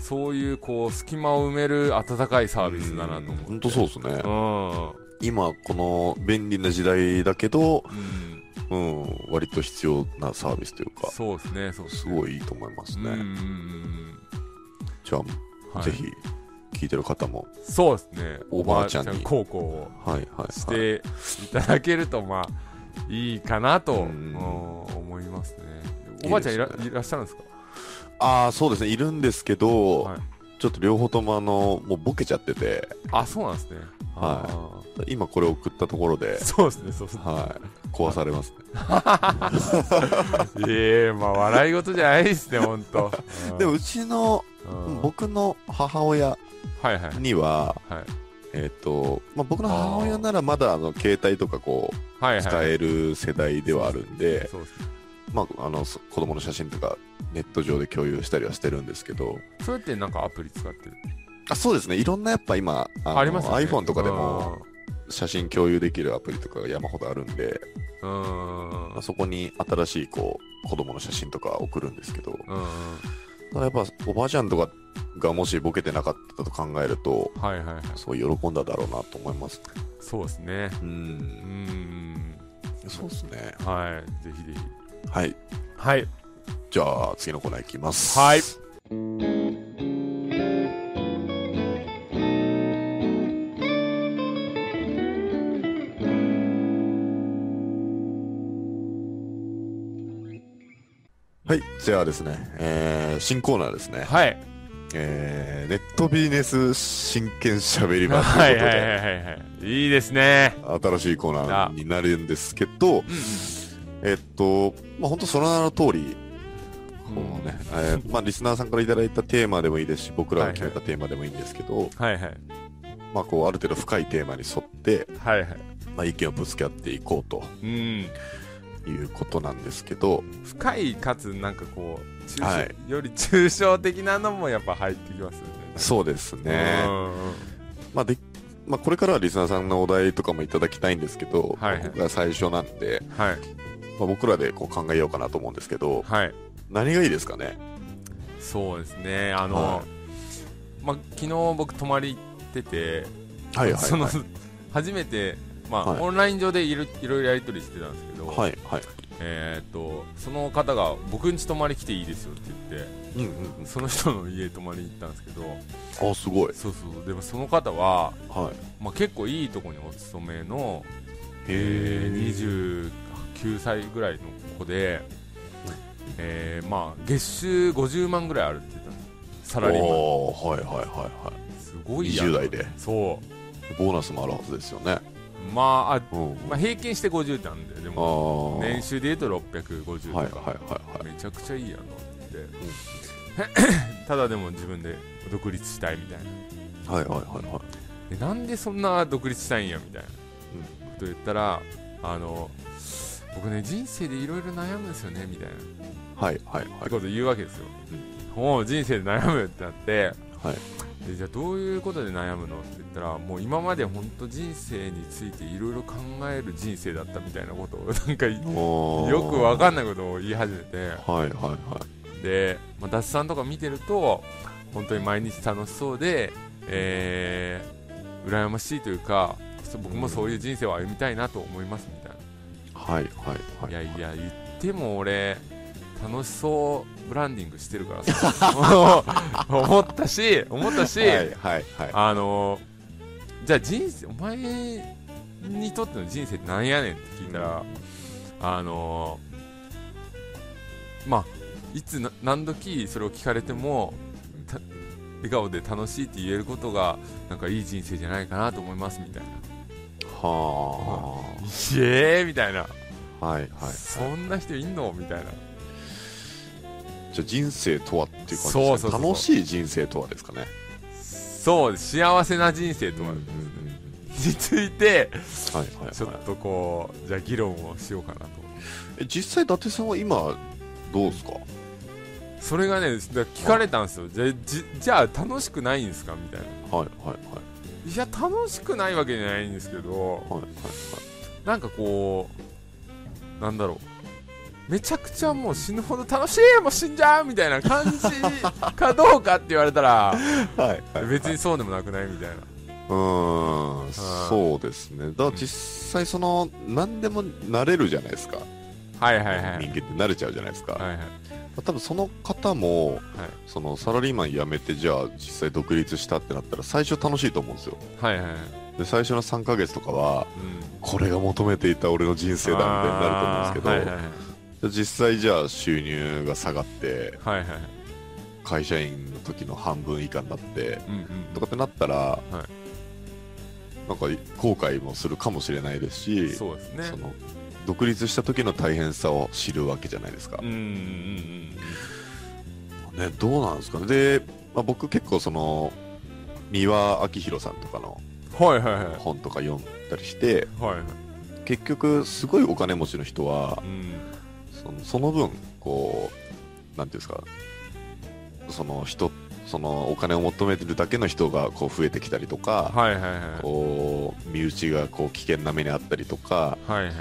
S2: そういうこう隙間を埋める温かいサービスだなと思って
S1: 本当そうですね
S2: う
S1: 今この便利な時代だけど
S2: ん、うん、
S1: うん割と必要なサービスというか
S2: そうですねそうですすね
S1: ごいいいと思います
S2: うんうんう
S1: ね
S2: ん
S1: じゃあ、
S2: はい
S1: ぜひ聞いてる方も
S2: そうですね
S1: おばあちゃんに
S2: 孝行を
S1: はいはい、はい、
S2: していただけるとまあいいかなと
S1: う
S2: うんん思いますね
S1: いいですね
S2: おばあちゃんいらいらっしゃるんですか
S1: ああそうですねいるんですけど、
S2: はい
S1: ちょっと両方ともあのもうボケちゃってて
S2: あそうなんですね
S1: はい
S2: あ
S1: 今これ送ったところで
S2: ーそうですねそうですね
S1: はい壊されますね
S2: ええまあ笑い事じゃないですね本当
S1: でもうちの
S2: うん
S1: 僕の母親
S2: はいはい
S1: には
S2: はい
S1: えっ、と、まあ、僕の母親ならまだあの携帯とかこう
S2: はいはい
S1: 使える世代ではあるんで、
S2: そうですね
S1: まあ、あのそ子供の写真とかネット上で共有したりはしてるんですけど
S2: それってなんかアプリ使ってる
S1: あそうですねいろんなやっぱ今あの
S2: ありますよね
S1: iPhone とかでも写真共有できるアプリとかが山ほどあるんで、
S2: うんうん
S1: まあそこに新しいこう子供の写真とか送るんですけどだか
S2: うんうん
S1: らやっぱおばあちゃんとかがもしボケてなかったと考えると
S2: はいはいはい
S1: すごい喜んだだろうなと思います
S2: そうですね
S1: う
S2: うんん
S1: そうですね
S2: はいぜひぜひ
S1: はい
S2: はい
S1: じゃあ次のコーナーいきます
S2: はい
S1: はいじゃあですね、えー新コーナーですね
S2: はい
S1: えーネットビジネス真剣しゃべり場と
S2: はいいう
S1: こ
S2: はいはいはいはいいいですね
S1: とで、新しいコーナーになるんですけど、えっと、まあ、本当その名の通り、こうね、えーまあ、リスナーさんからいただいたテーマでもいいですし、僕らが決めたテーマでもいいんですけど、
S2: はいはい
S1: まあ、こう、ある程度深いテーマに沿って、
S2: はいはい
S1: まあ、意見をぶつけ合っていこうと
S2: うん
S1: いうことなんですけど、
S2: 深いかつなんかこう抽象
S1: はい
S2: より抽象的なのもやっぱ入ってきますよね
S1: そうです
S2: う
S1: ね。
S2: んうん
S1: まあ、で、まあ、これからはリスナーさんのお題とかもいただきたいんですけど、
S2: はいはい
S1: まあここが最初なんで、
S2: は
S1: まあ、
S2: い
S1: 僕らでこう考えようかなと思うんですけど、
S2: はい
S1: 何がいいですかね
S2: そうですねあの、
S1: は
S2: まあ、昨日僕泊まり行ってて、
S1: はいはい
S2: その
S1: はい
S2: 初めて、まあ
S1: はい
S2: オンライン上でいろいろやり取りしてたんですけど、
S1: はいはい
S2: えー、とその方が「僕ん家泊まり来ていいですよ」って言って
S1: うんうん
S2: その人の家泊まりに行ったんですけど
S1: うんあすごい
S2: そうそうでもその方は、
S1: はい
S2: まあ、結構いいとこにお勤めの、
S1: へ
S2: えー29歳ぐらいの子で、えーまあ、月収50万ぐらいあるって言ったんですサ
S1: お
S2: ラリーマン
S1: おーはいはいはいは
S2: すご
S1: い
S2: いやん
S1: 20代で
S2: そう
S1: ボーナスもあるはずですよね
S2: まああ、
S1: うんうん
S2: まあ、平均して50なんでで
S1: あ
S2: も
S1: あ
S2: 年収で言うと650とか、
S1: はいはいはいはい
S2: めちゃくちゃいいやんと思って、 ただでも自分で独立したいみたいな
S1: はいはいはいはい
S2: えなんでそんな独立したいんやみたいなこと言ったらあの僕ね人生でいろいろ悩むんですよねみたいなって
S1: はいはいはい
S2: こと言うわけですよ、もう人生で悩むよってなって
S1: はい
S2: でじゃあどういうことで悩むのって言ったらもう今まで本当人生についていろいろ考える人生だったみたいなことを なんか
S1: おー
S2: よくわかんないことを言い始めて
S1: はいはいはい
S2: で、まあ、ダッさんとか見てると本当に毎日楽しそうで、えー、羨ましいというかそう僕もそういう人生を歩みたいなと思いますみたいな、
S1: はいはいはい
S2: い
S1: は
S2: や
S1: い
S2: いや言っても俺楽しそうブランディングしてるから さもう思ったし思ったし、
S1: はいはいはい
S2: あのーじゃあ人生お前にとっての人生って何やねんって聞いたら、あのーまあいつな何時それを聞かれてもた笑顔で楽しいって言えることがなんかいい人生じゃないかなと思いますみたいな
S1: は
S2: 「イエーイ!」みたいな、
S1: あはいはい
S2: そんな人いんのみたいな
S1: じゃあ人生とはっていう感じです
S2: そ
S1: ね
S2: うそうそう
S1: 楽しい人生とはですかね
S2: そう幸せな人生と
S1: うん
S2: は、
S1: うんう
S2: に
S1: ん
S2: ついて
S1: はいはい
S2: ちょっ
S1: はい
S2: とこうじゃあ議論をしようかなと
S1: え実際伊達さんは今どうですか
S2: それがねだ聞かれたんですよじゃじじゃあ楽しくないんですかみたいな
S1: はいはいはい
S2: いや楽しくないわけじゃないんですけど
S1: はいはい
S2: なんかこうなんだろうめちゃくちゃもう死ぬほど楽しいもう死んじゃうみたいな感じかどうかって言われたら
S1: はいはい
S2: 別にそうでもなくないみたいな
S1: うーんそうですねだから実際その何でも慣れるじゃないですか
S2: はいはいはい
S1: 人間って慣れちゃうじゃないですか、
S2: はいはい
S1: あ多分その方も、そのサラリーマン辞めてじゃあ実際独立したってなったら最初楽しいと思うんですよ
S2: はいはいはい。
S1: で最初の3ヶ月とかは
S2: うん。
S1: これが求めていた俺の人生だみたいになると思うんですけど、
S2: あーはいはい
S1: 実際じゃあ収入が下がって
S2: はい。はいはい。
S1: 会社員の時の半分以下になって
S2: うんうん。
S1: とかってなったら、
S2: は
S1: なんか後悔もするかもしれないですし
S2: そうですね
S1: そ。の独立した時の大変さを知るわけじゃないですか
S2: うん、うんうん
S1: ね、どうなんですかねで、まあ、僕結構その三輪明宏さんとかの
S2: うん。はいはいはい。
S1: 本とか読んだりして
S2: はい。
S1: 結局すごいお金持ちの人は
S2: うん。
S1: そのその分こうなんていうんですかその人そのお金を求めてるだけの人がこう増えてきたりとか、
S2: はいはいはい。
S1: こう身内がこう危険な目にあったりとか
S2: はいはい。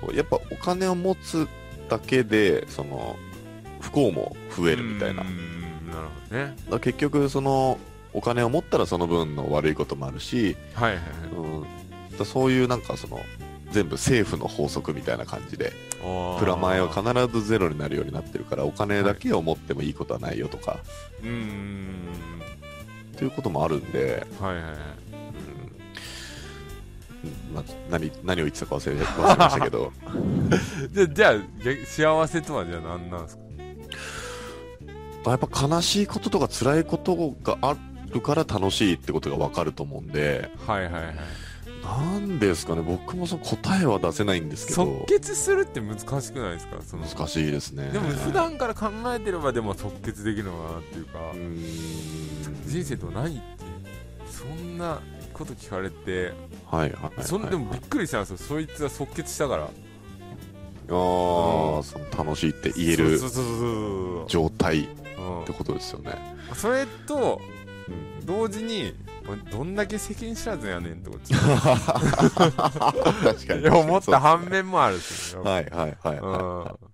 S1: こうやっぱお金を持つだけでその不幸も増えるみたいな
S2: うんうんうん。なるほどね。
S1: だから結局そのお金を持ったらその分の悪いこともあるし、
S2: はいはいはい。
S1: うん、だからそういうなんかその全部政府の法則みたいな感じで
S2: あー
S1: プラマイは必ずゼロになるようになってるからお金だけを持ってもいいことはないよとか、
S2: うんうんうん
S1: っていうこともあるんで、
S2: うん。はいはいはい。
S1: うんまあ、何何を言ってたか忘れ忘れましたけど
S2: じゃじゃあ逆幸せとはじゃあ何なんですか
S1: やっぱ悲しいこととか辛いことがあるから楽しいってことが分かると思うんで
S2: はいはいはい
S1: なんですかね僕もその答えは出せないんですけど
S2: 即決するって難しくないですかその
S1: 難しいですね
S2: でも普段から考えてればでも即決できるのかなっていうか
S1: うーん
S2: 人生と何っていうそんなこと聞かれて
S1: はいはいはい
S2: そんでもびっくりしたんですよそいつは即決したから
S1: ああ、その楽しいって言える
S2: そうそうそうそうそう
S1: 状態っ
S2: うん
S1: てことですよね。
S2: それと
S1: うん
S2: 同時においどんだけ世間知らずやねんと か
S1: 確かに。
S2: 思った
S1: は
S2: 反面もあるんですよ
S1: はいはいはい
S2: うん
S1: はい。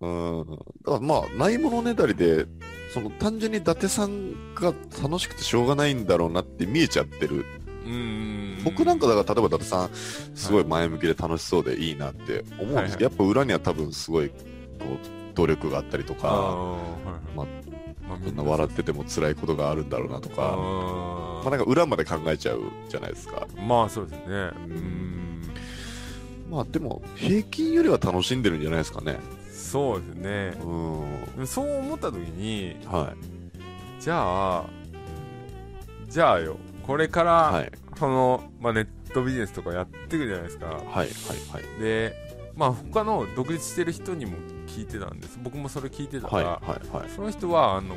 S1: うん。だからまあ、ないものねだりで、その単純に伊達さんが楽しくてしょうがないんだろうなって見えちゃってる。
S2: うん
S1: 僕なんかだから、例えば伊達さん、すごい前向きで楽しそうでいいなって思うんですけど、やっぱ裏には多分すごい、こう、努力があったりと
S2: ああ
S1: か、まあみんな笑ってても辛いことがあるんだろうなと
S2: あ
S1: か、まあなんか裏まで考えちゃうじゃないですか。
S2: ーまあそうです
S1: ん
S2: ねうん
S1: まあでも平均よりは楽しんでるんじゃないですかね。
S2: そうですね
S1: うん。
S2: でもそう思った時に
S1: は
S2: じゃあじゃあよこれか
S1: い。
S2: ら、
S1: はい。
S2: その、まあ、ネットビジネスとかやっていくじゃないですか
S1: はい。はい。はい。
S2: でまあ他の独立してる人にも聞いてたんです僕もそれ聞いてたか
S1: はい。
S2: ら、
S1: はい。はい。
S2: その人はあのい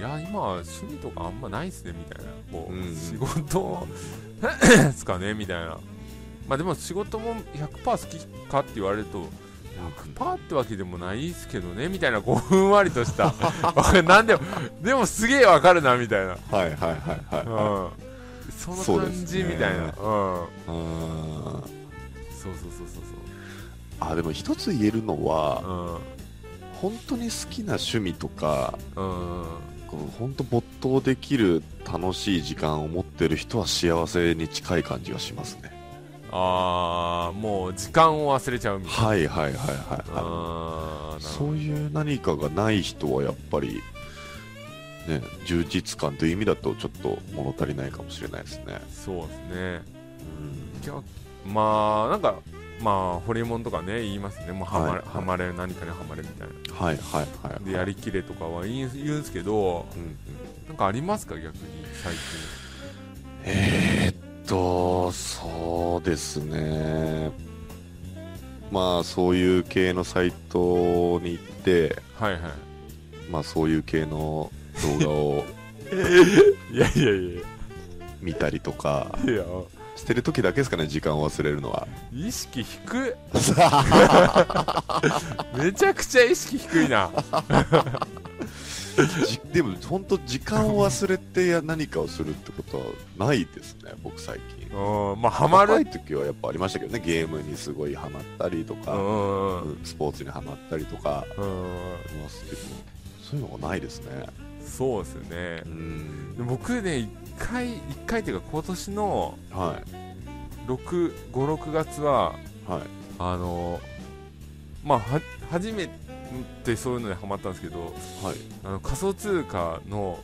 S2: や今は趣味とかあんまないっすねみたいなこう、
S1: うんうん
S2: 仕事 ですかねみたいなまあでも仕事も100%好きかって言われると100%ってわけでもないっすけどねみたいなこうふんわりとした なんでもでもすげえわかるなみたいな、
S1: はい。はい。はい。は
S2: うん、そ
S1: そ
S2: の
S1: うで
S2: 感
S1: す
S2: じ
S1: ね
S2: みたいなうん
S1: い。うん。
S2: そうそうそうそう
S1: あ、でも一つ言えるのは、
S2: そう
S1: 本当に好きな趣味とか、
S2: うんうん
S1: こう本当没頭できる楽しい時間を持ってる人は幸せに近い感じがしますね。
S2: ああもう時間を忘れちゃうみたいな
S1: はい。はい。はい。はい。はい。
S2: あーなるほ
S1: そういう何かがない人はやっぱり、ね、充実感という意味だとちょっと物足りないかもしれないですね。
S2: どそうですね
S1: うん
S2: 逆まあなんかまあホリエモンとかね言いますねもうハマれ、
S1: はいはい
S2: ハマれ何かにハマれみたいな
S1: はいはいはい、はい。
S2: でやりきれとかは言うん言うんですけど
S1: うんうん、
S2: なんかありますか逆に最
S1: えーっと、そうですね。まあそういう系のサイトに行って、
S2: 近はいは
S1: まあそういう系の動画を
S2: いいやいやい
S1: 見たりとか、
S2: やいや
S1: してる時だけですかね、時間を忘れるの は。
S2: 意識低いめちゃくちゃ意識低 いな
S1: じでも本当時間を忘れてや何かをするってことはないですね僕最近
S2: うんまあハ
S1: ハ
S2: マ
S1: マ若
S2: る
S1: い時はやっぱありましたけどねゲームにすごいハマったりと
S2: う
S1: か、
S2: んうん
S1: スポーツにハマったりとか
S2: うん
S1: ありますけどそういうのがないですね
S2: そうですよね
S1: うん
S2: で僕ね一回一回っていうか今年の
S1: はい
S2: 656月は
S1: はい
S2: あのまあは初めってそういうのにハマったんですけど
S1: はい
S2: あの仮想通貨の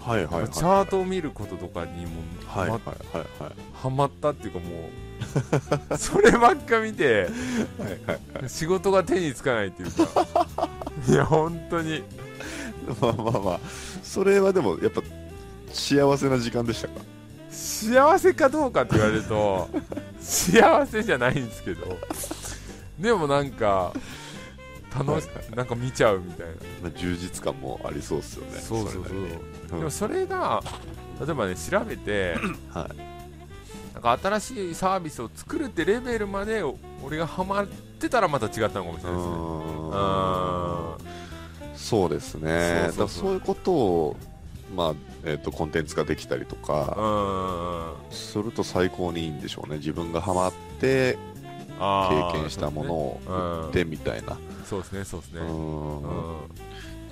S1: はいはいはい
S2: チャートを見ることとかにも
S1: はいは
S2: ま
S1: いはいはい
S2: ハマったっていうかもうそればっか見て
S1: はいはい
S2: 仕事が手につかないっていうかいや本当に
S1: まあ まあまあそれはでもやっぱ幸せな時間でしたか
S2: 幸せかどうかって言われると幸せじゃないんですけどでもなんか楽しなんか見ちゃうみたい
S1: まあ充実感もありそうですよね
S2: なそうそうそう
S1: れなりに
S2: で
S1: うん
S2: もそれが例えばね調べて
S1: は
S2: なんか新しいサービスを作るってレベルまで俺がハマってたらまた違ったのかもしれないです
S1: う
S2: ね
S1: ーん
S2: あ
S1: そうですね
S2: そうそうそう
S1: だからそういうことを、まあえっとコンテンツができたりと
S2: ーう
S1: か
S2: ーん
S1: すると最高にいいんでしょうね自分がハマって
S2: あー
S1: 経験したものを売ってみたいな
S2: そうですねそうですね
S1: う
S2: そうですねうん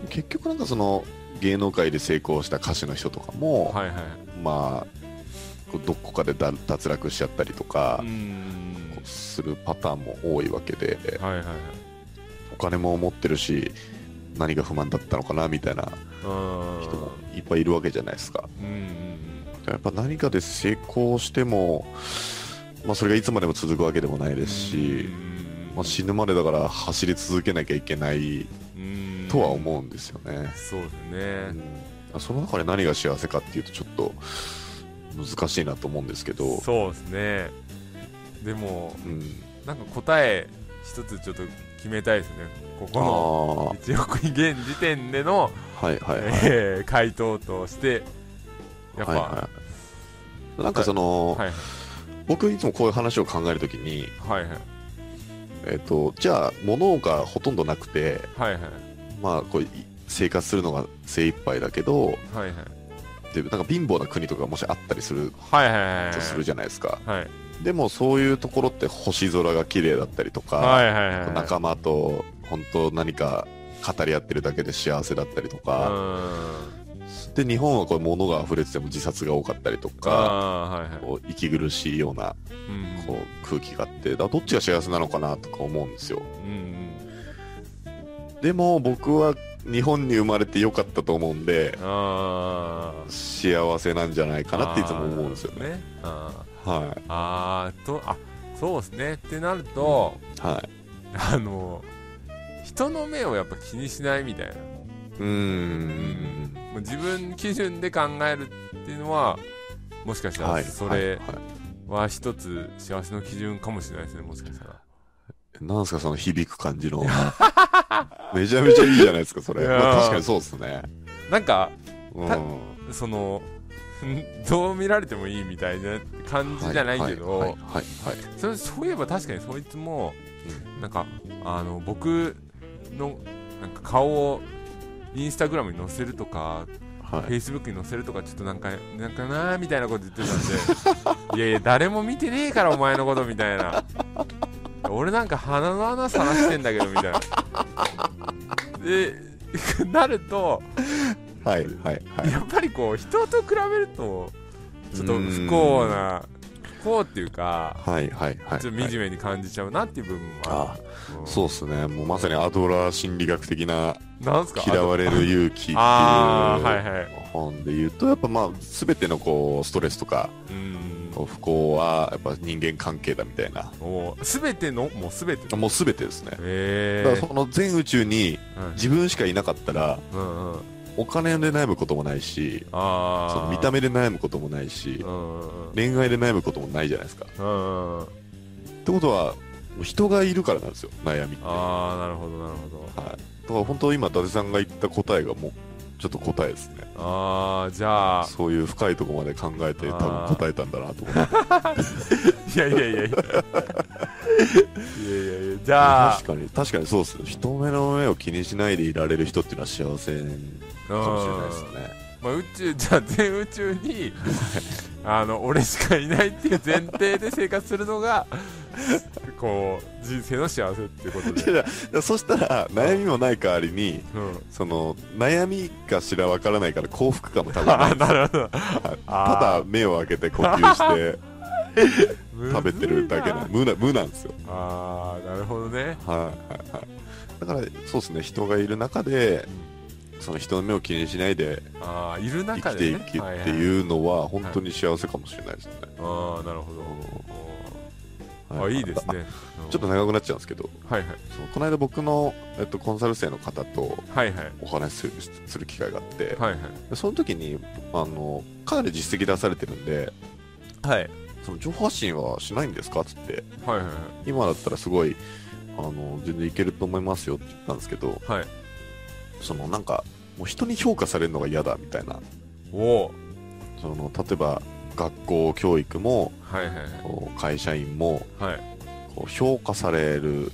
S2: ん
S1: 結局なんかその芸能界で成功した歌手の人とかも、
S2: はいはい
S1: まあこうどこかでだ脱落しちゃったりとか
S2: うー、ん
S1: こうするパターンも多いわけで
S2: はいはいはい
S1: お金も持ってるし何が不満だったのかなみたいな
S2: うーん
S1: 人もいっぱいいるわけじゃないですか。
S2: うんうん
S1: やっぱ何かで成功しても、まあ、それがいつまでも続くわけでもないですし、まあ、死ぬまでだから走り続けなきゃいけないとは
S2: う
S1: 思うんですよね
S2: ん。そうです
S1: う
S2: ね、
S1: んその中で何が幸せかっていうとちょっと難しいなと思うんですけど、
S2: そうですねでも
S1: うん、
S2: なんか答え一つちょっと決めたいですねこ
S1: あ
S2: この
S1: あは
S2: 1億円現時点での、
S1: いはいはい。
S2: えー回答としてやっぱ、
S1: はい
S2: は
S1: はい、なんかその、
S2: い、はい
S1: 僕いつもこういう話を考えるときに、
S2: はいはい
S1: えっとじゃあ物がほとんどなくて、
S2: はいはい
S1: まあ、こうい生活するのが精一杯だけど
S2: はいはい
S1: でなんか貧乏な国とかもしあったりする
S2: はいはいはい
S1: とするじゃないですか、
S2: はい
S1: でもそういうところって星空が綺麗だったりとか、
S2: はいはいはいはい
S1: 仲間と本当何か語り合ってるだけで幸せだったりと
S2: う
S1: か、
S2: ん
S1: で日本はこう物が溢れてても自殺が多かったりとか、
S2: あーはいはい
S1: こう息苦しいような
S2: うん
S1: こう空気があってだからどっちが幸せなのかなとか思うんですよ
S2: うんうん
S1: でも僕は日本に生まれてよかったと思うんで
S2: あー
S1: 幸せなんじゃないかなっていつも思うんですよね。
S2: あ
S1: は
S2: ーあーとあそうですねってなると、
S1: い。はい。
S2: あの人の目をやっぱ気にしないみたいな
S1: うーん。
S2: もう自分基準で考えるっていうのはもしかした
S1: は
S2: ら
S1: い。
S2: そ
S1: はい
S2: れ
S1: は
S2: は一つ幸せの基準かもしれないですねもしかしたら
S1: い、なんすか、その響く感じの。 めちゃめちゃいいじゃないですか、そ
S2: い
S1: れ。
S2: やー
S1: まあ、確かにそうですね。
S2: なんか
S1: うん。
S2: たその んどう見られてもいいみたいな感じじゃないけど、
S1: はい。はい。はい。
S2: それそういえば確かにそいつも、なんかあの僕のなんか顔をインスタグラムに載せるとか、
S1: はい。
S2: フェイスブックに載せるとかちょっとなんかなんかなーみたいなこと言ってたん でいやいや誰も見てねえからお前のことみたいな俺なんか鼻の穴探してんだけどみたいなで なると
S1: はい。はい。はい。
S2: やっぱりこう人と比べるとちょっと不幸な不幸っていうか
S1: はい。はい。はい。
S2: ちょっと惨めに感じちゃうなっていう部分
S1: あ
S2: はうん
S1: そうですね。もうまさにアドラー心理学的な
S2: なんすか
S1: 嫌われる勇気ってい
S2: あーはいは
S1: う
S2: い
S1: 本で言うと、やっぱまあ、すべてのこう、ストレスとか、
S2: うん
S1: こう不幸は、やっぱ人間関係だみたいな。
S2: おすべてのもうすべて
S1: もうすべてですね。
S2: え
S1: だから
S2: え
S1: その全宇宙に自分しかいなかったら
S2: うんうんうん
S1: お金で悩むこともないし
S2: ああ
S1: その見た目で悩むこともないし
S2: うんうんうん
S1: 恋愛で悩むこともないじゃないですか。っ
S2: うんうん
S1: てことはもう人がいるからなんですよ悩みって。は
S2: ああなるほどなるほど
S1: い、だから本当今伊達さんが言った答えがもうちょっと答えですね
S2: ああじ ゃあ
S1: そういう深いところまで考えて多
S2: あー
S1: 分答えたんだなと思って
S2: いやいやいやいやいやいやいやじゃ あ
S1: 確かに確かにそうですね人目の目を気にしないでいられる人っていうのは幸せかもしれないです
S2: うん
S1: ね
S2: まあ、宇宙じゃあ全宇宙にあの俺しかいないっていう前提で生活するのがこう人生の幸せっていうことで、
S1: いやいやそしたら悩みもない代わりに
S2: うん、
S1: その悩みかしらわからないから幸福感も多分な
S2: あ
S1: い
S2: ーなるほど
S1: ただ目を開けて呼吸 して食べてるだけな無
S2: むずい
S1: な無なんですよ
S2: ああなるほどね
S1: はいはいはいだから、そうですね、人がいる中で、その人の目を気にしないで
S2: ああいる
S1: 生
S2: 中
S1: きて
S2: で、
S1: い
S2: ね、
S1: く
S2: は
S1: って
S2: う
S1: いうのは、本当に幸せかもしれないですね。
S2: ああなるほど
S1: は
S2: あいいですね
S1: あちょっと
S2: ね
S1: 長くなっちゃうんですけど、
S2: はいはい
S1: そのこの間僕の、えっと、コンサル生の方と
S2: はいはい
S1: お話しするする機会があって、
S2: はい
S1: でその時にあのかなり実績出されてるんで
S2: はいはい
S1: その情報発信はしないんですかっつって
S2: はいはい
S1: 今だったらすごいあの全然いけると思いますよって言ったんですけど
S2: はいはい
S1: そのなんかもう人に評価されるのが嫌だみたいな
S2: おお
S1: その例えば学校教育も
S2: はいはい
S1: こう会社員も
S2: はい
S1: こう評価される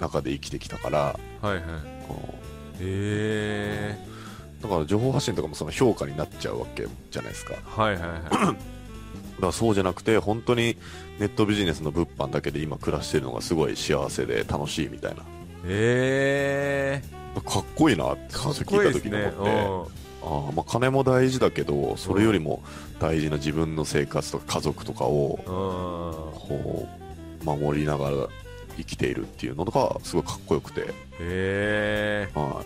S1: 中で生きてきたから
S2: はいはい
S1: こう
S2: へえ
S1: だから情報発信とかもその評価になっちゃうわけじゃないですかだか
S2: はいはいは
S1: らそうじゃなくて本当にネットビジネスの物販だけで今暮らしてるのがすごい幸せで楽しいみたいない
S2: へえ
S1: かっこいいなってそ
S2: かっ
S1: れ聞
S2: こい
S1: い
S2: い
S1: た
S2: です
S1: 時に
S2: ね
S1: 思ってああ、まあ、金も大事だけどそれよりも大事な自分の生活とか家族とかを
S2: うんうん
S1: こう守りながら生きているっていうのとかすごいかっこよくて、
S2: へえ
S1: は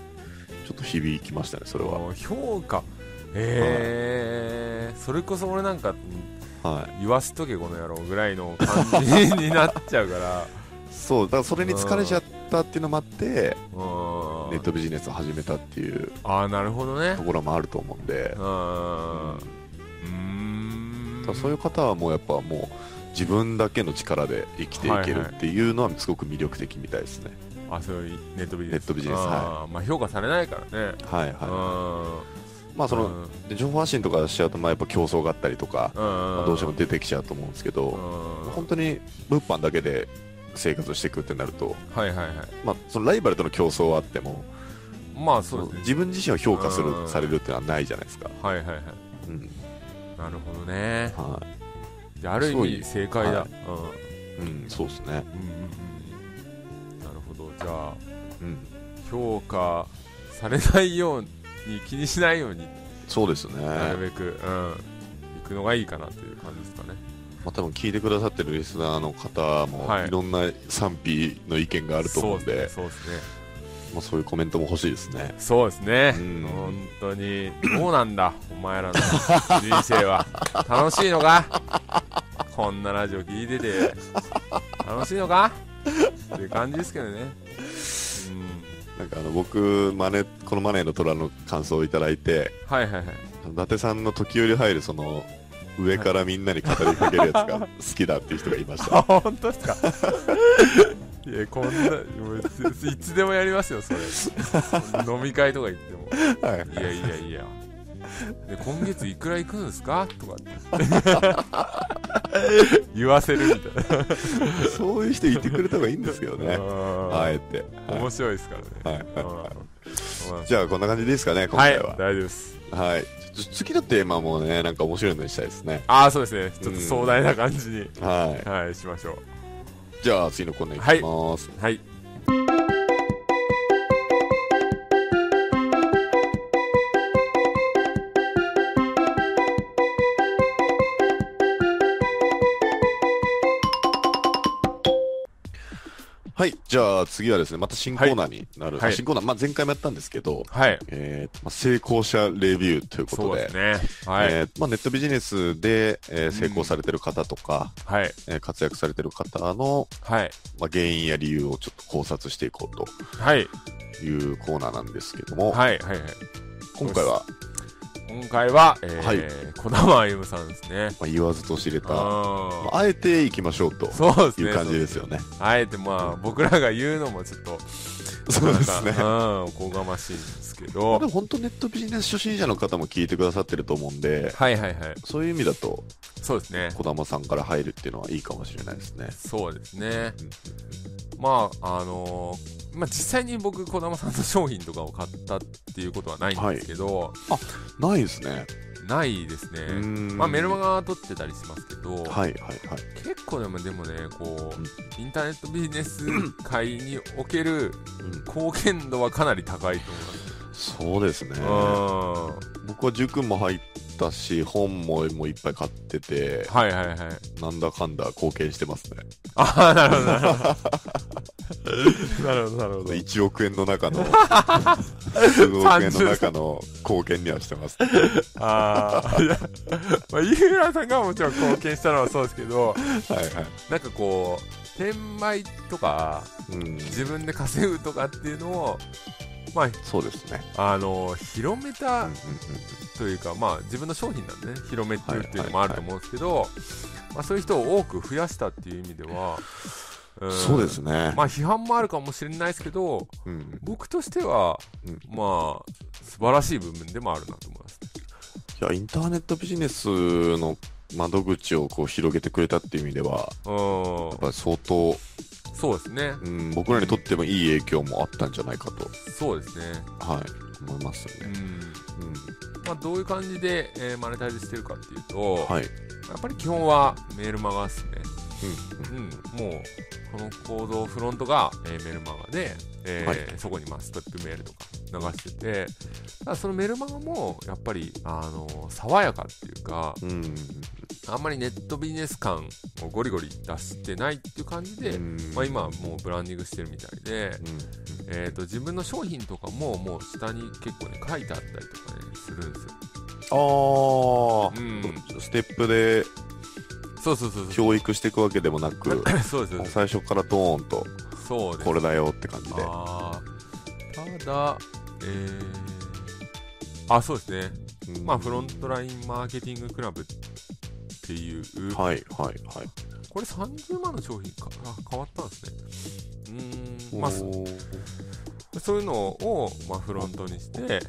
S1: い、ちょっと響きましたねそれは、
S2: 評価へえそれこそ俺なんか
S1: はい、
S2: 言わすとけこの野郎ぐらいの感じになっちゃうから
S1: そうだからそれに疲れちゃったっていうのもあって
S2: うん
S1: ネットビジネスを始めたっていう
S2: ああなるほどね
S1: ところもあると思うんで
S2: う、
S1: うんだ
S2: んうん
S1: からそういう方はもうやっぱもう自分だけの力で生きていけるっていうのはすごく魅力的みたいですね、
S2: あそういうネットビジネス
S1: ネットビジネス
S2: あーまあ評価されないからね
S1: はいはい、まあそ
S2: そ
S1: ので情報発信とかしちゃうとまあやっぱ競争があったりとか、まあど
S2: ど
S1: うしても出てきちゃうと思うんですけ
S2: う
S1: ど、
S2: ん
S1: 本当に物販だけで生活していくってなると、
S2: はいはいはい
S1: まあ、そのライバルとの競争はあっても
S2: まあそうですね
S1: 自分自身を評価する、
S2: うん
S1: されるっていうのはないじゃないですか、
S2: はいはいはい
S1: うん
S2: なるほどね
S1: は
S2: じゃあある意味正解だ
S1: は
S2: うんうん
S1: いうん、そうですね、
S2: うんうんなるほどじゃあ
S1: うん、
S2: 評価されないように気にしないように
S1: そうですね、
S2: な
S1: ま
S2: るべく、うん、行くのがいいかなという感じですかね。
S1: あ、多分聞いてくださってるリスナーの方も、
S2: はい
S1: い、ろんな賛否の意見があると思うんでそう
S2: そうですね。
S1: まあ、そういうコメントも欲しいですね
S2: そうですね。
S1: うん
S2: 本当に、どうなんだ、お前らの人生 は。楽しいのかこんなラジオ聞いてて、楽しいのかっていう感じですけどね。うん。
S1: なんかあの僕マネこの「マネーの虎」の感想をいただいて
S2: はいはいはい。
S1: 伊達さんの時折入るその上からみんなに語りかけるやつが好きだっていう人がいました
S2: あ、本当ですかいや、こんな、もういつでもやりますよ、それ。飲み会とか行っても。
S1: はい
S2: いやいやいや。で今月いくら行くんですかとかって 言わせるみたい
S1: そういう人いてくれた方がいいんですけど
S2: な、
S1: ねあ
S2: は
S1: えて、
S2: い、面白いですからね、
S1: はいはい
S2: うん
S1: じゃあこんな感じでいいですかね今
S2: はい
S1: 回
S2: 大
S1: は
S2: 丈夫です
S1: はい、ちょ次のテーマもねなんか面白いのにしたいですね
S2: ああそうですねちょっと壮大な感じに、
S1: はい
S2: はいしましょう
S1: じゃあ次のコーナーいきます、
S2: はい
S1: はい、じゃあ次はですねまた新コーナーになる、
S2: はい
S1: 新コーナー、まあ、前回もやったんですけど、
S2: はい
S1: えーまあ、成功者レビューというこ
S2: そ
S1: と
S2: う
S1: で
S2: ですねはい、
S1: えーまあ、ネットビジネスで、えー成功されてる方とか、
S2: はい
S1: えー活躍されてる方の、
S2: はい
S1: まあ、原因や理由をちょっと考察していこう
S2: はい
S1: というコーナーなんですけども、
S2: はいはいはい
S1: 今回は、
S2: 今回は、えー
S1: はい
S2: 児玉歩夢さんですね
S1: まあ、言わずと知れた、ま
S2: あ
S1: あ、あえていきましょうと
S2: あそうです
S1: い
S2: ね
S1: う感じですよね。
S2: あえてまあ僕らが言うのもちょっと
S1: そうですね
S2: なん。かうん、おこがましいんですけど
S1: で。も本当ネットビジネス初心者の方も聞いてくださってると思うんで、
S2: はいはいはい。
S1: そういう意味だと、
S2: そうですね。
S1: 児玉さんから入るっていうのはいいかもしれないですね。
S2: そうですね。
S1: うん
S2: まあ、あのーまあ実際に僕、児玉さんの商品とかを買ったっていうことはないんですけど、
S1: ないですね。
S2: ないです
S1: う
S2: ね。
S1: ーん
S2: まあメルマガ撮ってたりしますけど、
S1: はいはいはい。
S2: 結構でもでもね、こ
S1: うん
S2: う、インターネットビジネス界における
S1: うん
S2: 貢献度はかなり高いと思います。
S1: そうですね。
S2: うん。
S1: 僕は塾も入っったし本ももういっぱい買ってて
S2: はいはいはい。
S1: なんだかんだ貢献してますね
S2: ああ、なるほど、なるほど。なるほど、なるほど。
S1: 1億円の中 の数億円の中の貢献にはしてます、
S2: ああ、いや、まあ、井浦さんがもちろん貢献したのはそうですけど、
S1: はいはい
S2: なんかこう、転売とか、
S1: うん
S2: 自分で稼ぐとかっていうのを、ま
S1: そうですね
S2: あ、あの、広め
S1: う
S2: た
S1: んうん
S2: というか、まあ、自分の商品なんでね、広めてるっていうのもあると思うんですけど、まあ、そういう人を多く増やしたっていう意味では、
S1: う
S2: う
S1: んんそうですね、
S2: まあ、批判もあるかもしれないですけど、
S1: うん
S2: 僕としては、
S1: うん
S2: まあ、素晴らしい部分でもあるなと思います。
S1: いやインターネットビジネスの窓口をこう広げてくれたっていう意味ではやっ
S2: う
S1: ぱり相当、
S2: ん、そうですね。
S1: うん、僕らにとってもいい影響もあったんじゃないかと、
S2: そうですね。
S1: はい、思います
S2: う
S1: ね、
S2: ん。
S1: うん
S2: まあ、どういう感じで、えーマネタイズしてるかっていうと、
S1: はい、
S2: やっぱり基本はメールマガですね。
S1: うん
S2: うん、もう、この行動フロントが、えーメールマガで、えー
S1: はい
S2: そこにまあステップメールとか流してて、ただそのメールマガも、やっぱり、あの爽やかっていうか、
S1: うんうん
S2: あんまりネットビジネス感をゴリゴリ出してないっていう感じで、
S1: うん
S2: まあ、今はもうブランディングしてるみたいで、
S1: う
S2: えー、と自分の商品とかももう下に結構ね書いてあったりとかねするんですよ。
S1: ん、ああ、
S2: うん、
S1: ステップで
S2: そうそうそうそう。
S1: 教育していくわけでもなく
S2: そうですそうです。
S1: 最初からドーンと
S2: そうです。
S1: これだよって感じで
S2: あーただ、えー、あ、そうですね。
S1: うん
S2: まあ、フロントラインマーケティングクラブっていう、
S1: はいはいはい
S2: これ30万の商品か、あ変わったんですね。うーん、まあ、そ
S1: おー
S2: そういうのを、まあ、フロントにして、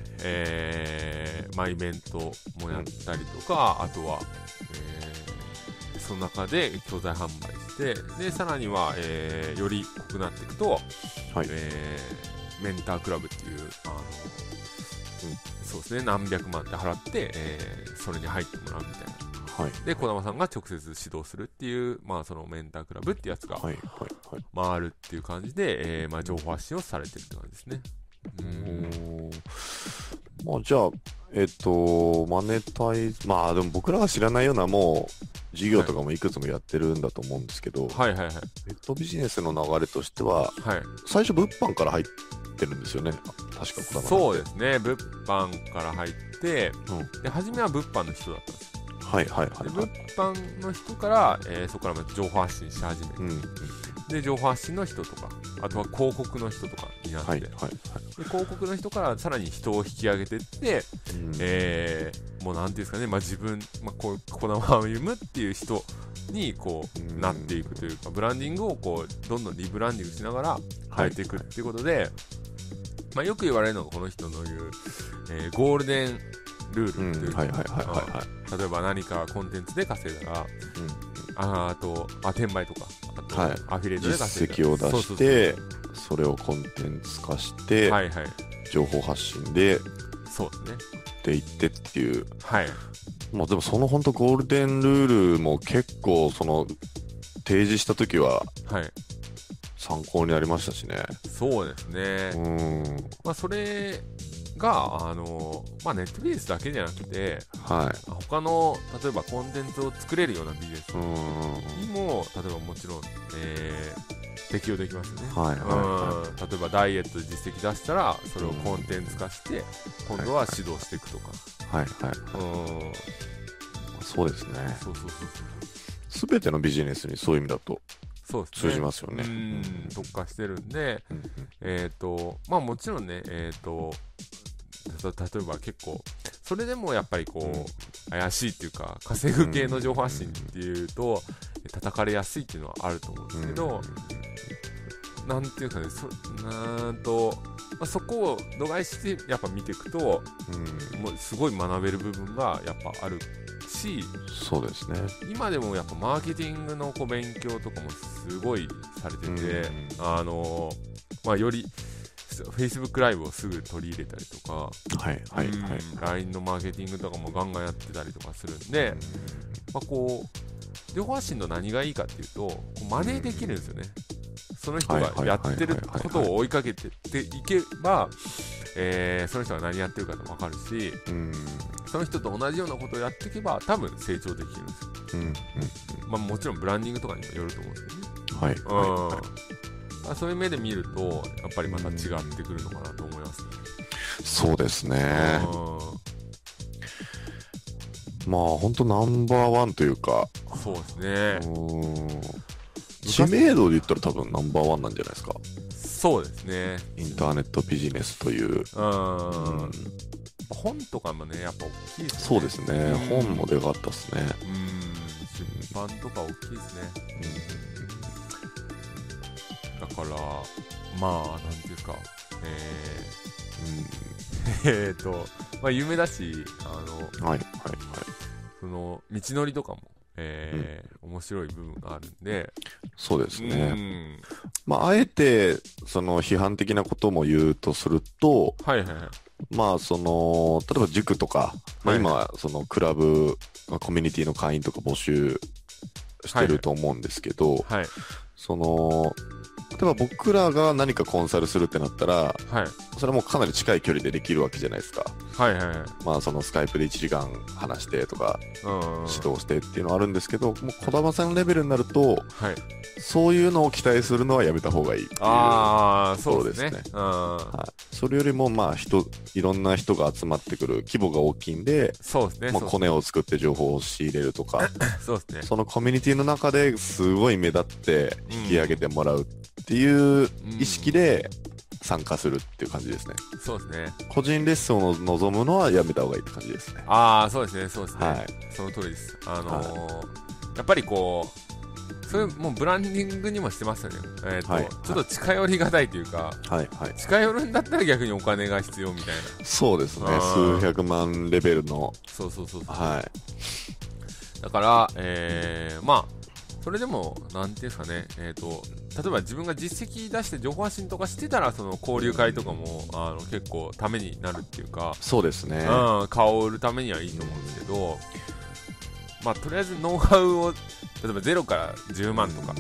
S2: えー、まあ、イベントもやったりとか、あとは、えー、その中で教材販売して、で、さらには、えー、より濃くなっていくと、
S1: はい
S2: えーメンタークラブっていう、あの、そうですね、何百万って払って、えーそれに入ってもらうみたいな。
S1: はい
S2: で、児玉さんが直接指導するっていう、まあ、そのメンタークラブってやつが
S1: はいはいはい
S2: 回るっていう感じで、えーまあ、情報発信をされてるって感じですね。うん。
S1: おーまあじゃあえっとマネタイズまあでも僕らが知らないようなもう事業とかもいくつもやってるんだと思うんですけど、
S2: はいはいはい。
S1: ネットビジネスの流れとしては
S2: はい。
S1: 最初物販から入ってるんですよね確かこだま
S2: そうですね、物販から入って、
S1: う
S2: で、初めは物販の人だったんですよ。
S1: はいはいはい
S2: で、
S1: は
S2: 物
S1: い
S2: 販の人から、えーそこからまた情報発信し始めて
S1: うんうん
S2: で、情報発信の人とか、あとは広告の人とかになって、
S1: はいはい
S2: で
S1: はい
S2: 広告の人からさらに人を引き上げてって、
S1: うん
S2: えーもうなんていうんですかね、まあ、自分、まあ、こうこのまま歩むっていう人にこ
S1: う
S2: う、
S1: ん
S2: なっていくというかブランディングをこうどんどんリブランディングしながら変えていくっていうことで、まあ、よく言われるのがこの人の言う、えーゴールデンル
S1: う
S2: ー
S1: ん
S2: ルっていうか、
S1: はいはいはいはいはい
S2: 例えば何かコンテンツで稼いだら
S1: うん
S2: ああとあ転売とかあと、
S1: はい
S2: アフィリエイトで稼
S1: 実
S2: い
S1: 績
S2: だ
S1: を出
S2: そうそう
S1: し
S2: そう
S1: てそれをコンテンツ化して、
S2: はいはい
S1: 情報発信で
S2: そうですね
S1: っていってっていう
S2: はい
S1: もうでもその本当ゴールデンルールも結構その提示した時は
S2: はい
S1: 参考になりましたしね
S2: そうですね、
S1: うーん
S2: まあ、それが、あのまあ、ネットビジネスだけじゃなくて、
S1: はい
S2: あ他の例えばコンテンツを作れるようなビジネス
S1: うーん
S2: にも、例えばもちろん、えー適用できますよね。
S1: はいはいは
S2: うん例えばダイエットで実績出したらそれをコンテンツ化して今度は指導していくとか、
S1: いはいはい
S2: うん
S1: そうですね
S2: そうそうそう
S1: 全てのビジネスにそういう意味だと
S2: そうそうですね
S1: 通じますよね
S2: うん特化してるんで
S1: うん
S2: えっ、とまあもちろんねえっ、とた例えば結構それでもやっぱりこう、
S1: うん
S2: 怪しいっていうか稼ぐ系の情報発信っていうと、叩かれやすいっていうのはあると思うんで
S1: うんう
S2: すけ
S1: ん
S2: ど、なんていうかねそなんと、まあ、そこを度外視してやっぱ見ていくと
S1: うん
S2: もうすごい学べる部分がやっぱあるし
S1: そうですね
S2: 今でもやっぱマーケティングのこう勉強とかもすごいされてて、
S1: うん
S2: あのまあ、より Facebook ライブをすぐ取り入れたりとか、
S1: はいはい
S2: うん
S1: はい
S2: LINE のマーケティングとかもガンガンやってたりとかするんで、まあ、こう情報発信の何がいいかっていうとこう真似できるんですよね、その人がやってることを追いかけてっていけば、えーその人が何やってるかも分かるし
S1: うん
S2: その人と同じようなことをやっていけば多分成長できるんですよ、
S1: うん
S2: まあ、もちろんブランディングとかにもよると思うんですよね、
S1: うんはい
S2: うん
S1: は
S2: まあ、そういう目で見るとやっぱりまた違ってくるのかなと思いますね、
S1: いそうですね
S2: うん
S1: まあ本当ナンバーワンというか
S2: そうです
S1: う
S2: ね、
S1: ーん知名度で言ったら多分ナンバーワンなんじゃないですか
S2: そうですね、
S1: インターネットビジネスという、
S2: うん
S1: うん、
S2: 本とかもね、やっぱ大きいですね、
S1: そうですね
S2: うん
S1: 本もでかかったですね
S2: うん、出版とか大きいですね、だから、まあ、なんていうか、えー、え ーと、まあ、有名だし、あの
S1: うんはいはい
S2: その道のりとかも、えー面白い部分があるんで、
S1: そうですね、
S2: うん
S1: まあ、あえて、その批判的なことも言うとすると、
S2: はいはいはい、
S1: まあ、その、例えば塾とか、まあ、
S2: はい
S1: 今、そのクラブ、まあコミュニティの会員とか募集してると思うんですけど、
S2: はい、
S1: その、例えば僕らが何かコンサルするってなったら、
S2: はい、
S1: それもかなり近い距離でできるわけじゃないですか。
S2: はい、はい、はい
S1: まあ、そのスカイプで1時間話してとか、
S2: うん、
S1: 指導してっていうのはあるんですけど、もう小玉さんレベルになると、
S2: はい、
S1: そういうのを期待するのはやめた方がいいっていう。
S2: ああ、そうですね。
S1: そうです
S2: うん
S1: はい、それよりもまあ人いろんな人が集まってくる規模が大きいんで、
S2: そうですね。
S1: まあ、
S2: そう
S1: コネを作って情報を仕入れると か
S2: そうですね。
S1: そのコミュニティの中ですごい目立って引き上げてもらうっていう
S2: うん
S1: 意識で参加するっていう感じですね
S2: そうですね。
S1: 個人レッスンを望むのはやめた方がいいって感じですね
S2: ああ、そうですね。そうですね。
S1: はい
S2: その通りです。あのーやっぱりこう、それもうブランディングにもしてますよね。えっ、と、
S1: はい
S2: ちょっと近寄りがたいというか、
S1: はいはい
S2: 近寄るんだったら逆にお金が必要みたいな。
S1: そうですね
S2: あー
S1: 数百万レベルの
S2: そうそうそうそう。
S1: はい
S2: だから、えー、まあ、それでも、なんていうんですかね、えっ、と、例えば自分が実績出して情報発信とかしてたら、その交流会とかも、あの、結構ためになるっていうか、
S1: そうですね
S2: うん、顔を売るためにはいいと思うんですけど、まあ、とりあえずノウハウを例えば0から10万とかっ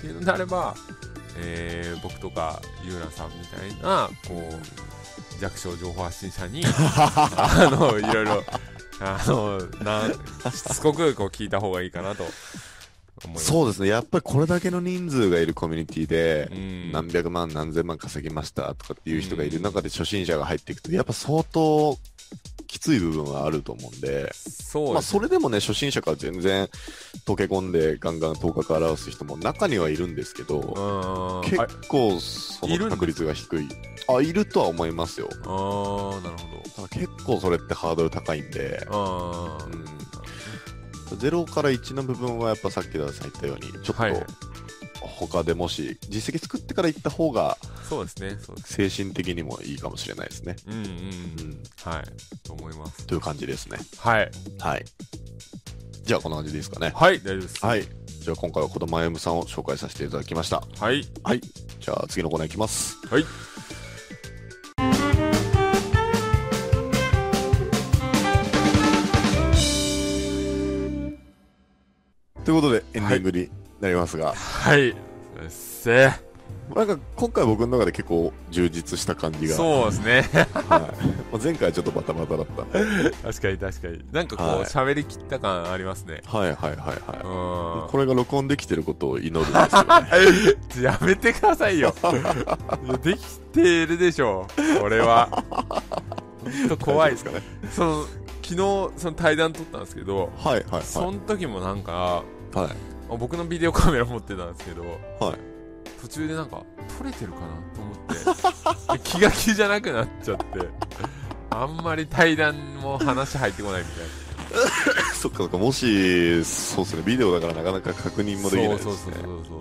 S2: ていうのであれば、えー僕とかゆうらさんみたいなこう弱小情報発信者にあのいろいろあのなしつこくこう聞いた方がいいかなと思います。
S1: そうですねやっぱりこれだけの人数がいるコミュニティで、
S2: うん
S1: 何百万何千万稼ぎましたとかっていう人がいる中で初心者が入っていくとやっぱ相当きつい部分はあると思うんで
S2: そう
S1: ま
S2: で
S1: あ、
S2: す
S1: それでもね初心者から全然溶け込んでガンガン頭角を現す人も中にはいるんですけど
S2: うん
S1: 結
S2: あ
S1: 構そ
S2: いるん
S1: の
S2: です
S1: 確率が低いあいるとは思いますよ
S2: あーなるほ
S1: ただ結構それってハードル高いんで、
S2: ど。あー
S1: うん、0から1の部分はやっぱさっき田さん言ったようにちょっと、
S2: はい
S1: 他でもし実績作ってから行った方が
S2: そうですね。そうです。
S1: 精神的にもいいかもしれないですね。
S2: うんうん
S1: う。ん、
S2: はい。と思います。
S1: という感じですね。
S2: はい。
S1: はい。じゃあこんな感じでいいですかね。
S2: はい、大丈夫です。
S1: はい。じゃあ今回は子供 M さんを紹介させていただきました。
S2: はい。
S1: はい。じゃあ次のコーナーいきます。
S2: はい。
S1: ということでエンディングになりますが、
S2: はい。うっせー
S1: なんか今回僕の中で結構充実した感じが、はい
S2: そうですね。
S1: まあ前回はちょっとバタバタだったんで。
S2: 確かに確かに。なんかこ
S1: は
S2: う、
S1: い
S2: 喋、りきった感ありますね。
S1: はいはいはいは
S2: う
S1: い。
S2: ん。
S1: これが録音できてることを祈るんですよね。
S2: ちょやめてください よ。いやできてるでしょう。これは。ほんと 怖 いですか
S1: かね。
S2: その、昨日、その対談撮ったんですけど、
S1: はいはい
S2: そ
S1: は
S2: の時もなんか、
S1: い。はい。
S2: 僕のビデオカメラ持ってたんですけど、
S1: はい
S2: 途中でなんか撮れてるかなと思って気が気じゃなくなっちゃってあんまり対談も話入ってこないみた
S1: そっかそっか、もし、そうですね、ビデオだからなかなか確認
S2: い
S1: も
S2: な
S1: できない
S2: そ
S1: で
S2: う
S1: す
S2: そ
S1: ね。
S2: うそうそうそうそう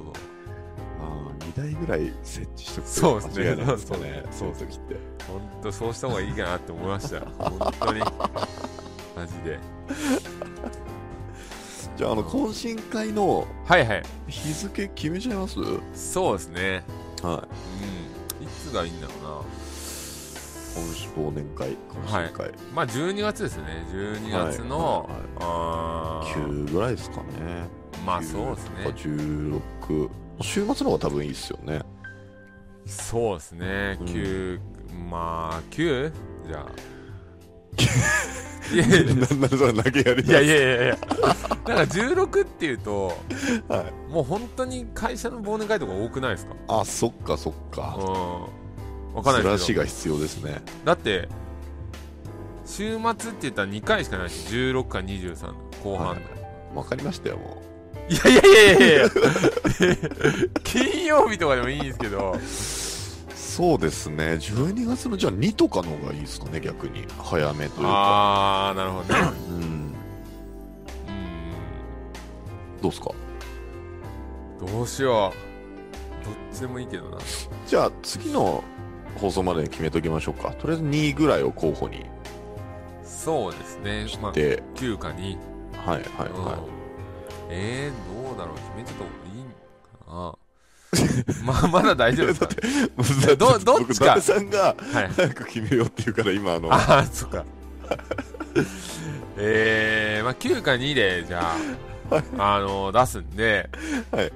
S1: ああ、2台ぐらい設置しとく
S2: そう
S1: と
S2: ですね
S1: 間違いないですかね、
S2: そ う
S1: そういう時って。
S2: 本当そうした方がいいかなって思いました本当にマジで
S1: じゃあ、あの、懇親会の
S2: はいはい
S1: 日付決めちゃいますはい。
S2: そうですね
S1: 今
S2: うんいつがいいんだろ
S1: 週忘年会、懇親会。
S2: うなまあ12月ですね12月の、
S1: はいはい
S2: あー
S1: 9ぐらいですかね。
S2: まあそうですね
S1: 16、週末の方が多分いいですよ ね。
S2: そうですね、
S1: うん
S2: 9、まあ、9? じゃあ。いやいやい
S1: なんならそれ投げやり
S2: やいやいやいやいや、なんか16っていうと、
S1: はい
S2: もう本当に会社の忘年会とか多くないですか
S1: あ、そっかそっか。
S2: うん。わかんない
S1: ずら
S2: です
S1: し
S2: けど。
S1: が必要ですね。
S2: だって、週末って言ったら2回しかないし、16か23、後半の。
S1: わかりましたよ、も
S2: いやいやいやいやい や金曜日とかでもいいんですけど、
S1: う。そうですね。12月のじゃあ2とかの方がいいですかね、逆に。早めというか。
S2: あー、なるほどね。
S1: うん。
S2: う
S1: どうですか
S2: ん、どうしよう。どっちでもいいけどな。
S1: じゃあ次の放送までに決めときましょうか。とりあえず2位ぐらいを候補に
S2: そうですね。まあ、
S1: で、
S2: 9か2。
S1: はいはい
S2: うん
S1: は
S2: えー、どうだろう。決めてた方がいいん かな。まあ、まだ大丈夫ですか、ね、
S1: い。
S2: どどっちか
S1: 僕伊達さんが
S2: はい。
S1: 早く決めようって言うから今あの、は
S2: ああ、そっか。 えー、まあ、9か2で、じゃあ、あの、出すんで、
S1: いはい。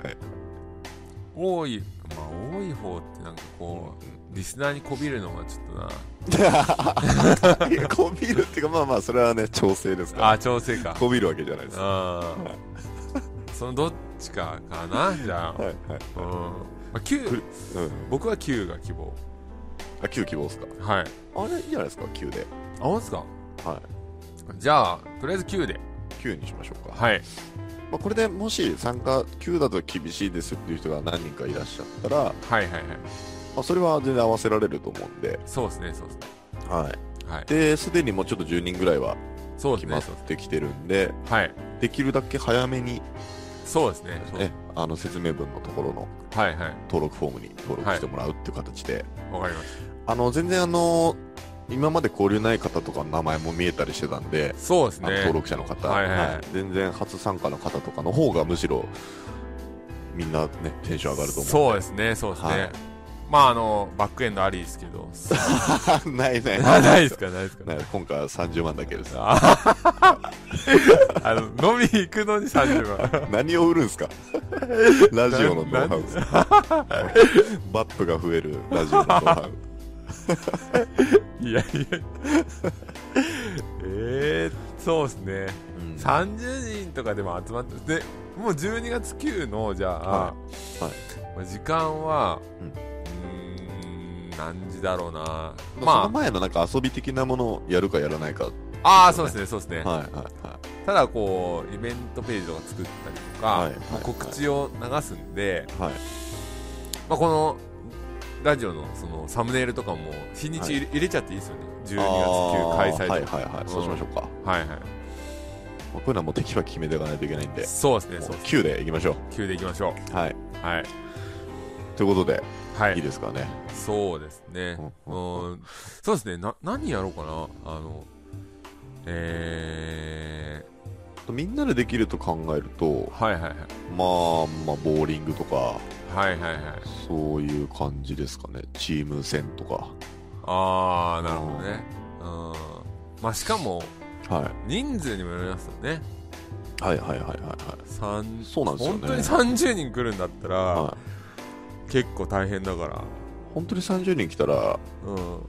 S2: 多い、まあ、多い方ってなんかこう、リスナーにこびるのがちょっとな。
S1: いや こびるっていうかまあまあそれはね調整ですか。
S2: あー、調整から
S1: こびるわけじゃないですは
S2: ああ。そのどっちかかな、じゃあ。
S1: いはい、
S2: うん。まあ、9、
S1: うん、
S2: 僕は9が希望。
S1: あ9希望ですか
S2: はい。
S1: あれいいじゃないですか9で
S2: あ、ほんすか
S1: はい
S2: じゃあ、とりあえず9で。
S1: 9にしましょうか、
S2: はい。
S1: まあ、これでもし参加9だと厳しいですっていう人が何人かいらっしゃったら、ま
S2: はいはいはい。
S1: あ、それは全然合わせられると思うんで、
S2: そうですね、そうですね。
S1: は
S2: はい
S1: い、。ですでにもうちょっと10人ぐらいは
S2: そうで
S1: 決
S2: す
S1: まっ
S2: ね、そうですね。
S1: てきてるんで
S2: はい。
S1: できるだけ早めに、
S2: そうですね。そうで
S1: ね、あの説明文のところの
S2: すはいはい。
S1: 登録フォームに登録してもらうっていう形で、
S2: わかりまし
S1: あの全然あの今まで交流ない方とかの名前も見えたりしてたんで
S2: た。、そうです
S1: あの
S2: ね。
S1: 登録者の方、
S2: はいはいはい
S1: 全然初参加の方とかの方がむしろみんな、ね、テンション上がると思う
S2: そうですね、そうですね。
S1: はい
S2: まあ、あの、バックエンドありですけ ど。
S1: ないない
S2: あ ないですか、ないですか。
S1: ない今回は30万だけです
S2: ああの、飲み行くのに30万。
S1: 何を売るんですかラジオのノウハウですバップが増えるラジオのノウハウ
S2: いやいや。 えー、そうですね。
S1: うん
S2: 30人とかでも集まって、で、もう12月9の、じゃあ、
S1: は
S2: まあ時間は、
S1: う
S2: うんーん、何時だろうな。
S1: まあ、その
S2: ま
S1: 前のなんか遊び的なものをやるかやらないか、
S2: あ、ああ、そうですね、そうですね。
S1: はいはいはい
S2: ただ、こう、イベントページとか作ったりとか、
S1: はいはい
S2: まあ告知を流すんで、
S1: はい
S2: まあ、この、ラジオのそのサムネイルとかも日にち入れ,、入れちゃっていいですよね。12月9開催
S1: あーはい
S2: とか。
S1: はいはい、そうしましょうか
S2: はいはい。
S1: まあこういうのはもう適は決めていかないといけないんで、
S2: そうですね、
S1: も
S2: そううです。
S1: 9でいきましょ
S2: 9でいきましょ
S1: う。はい。
S2: う。はい。
S1: ということで、
S2: はい
S1: い
S2: い。
S1: ですかね。
S2: そうですね。
S1: う
S2: うんん。そうですね。な、何やろうかな。あの、え
S1: みんなでできると考えると
S2: ー、、はいはいは
S1: ま
S2: い。
S1: あ、まあ、ボーリングとか、
S2: はいはいはい。
S1: そういう感じですかね。チーム戦とか。
S2: あー、なるほどね。うん。まあ、しかも、
S1: は
S2: 人数にもよりますよね。
S1: い。はいはいはいはいは
S2: 三
S1: そうなんですよね
S2: 本当に30人来るんだったら、
S1: い。はい
S2: 結構大変だから。
S1: 本当に30人来たら、
S2: うん。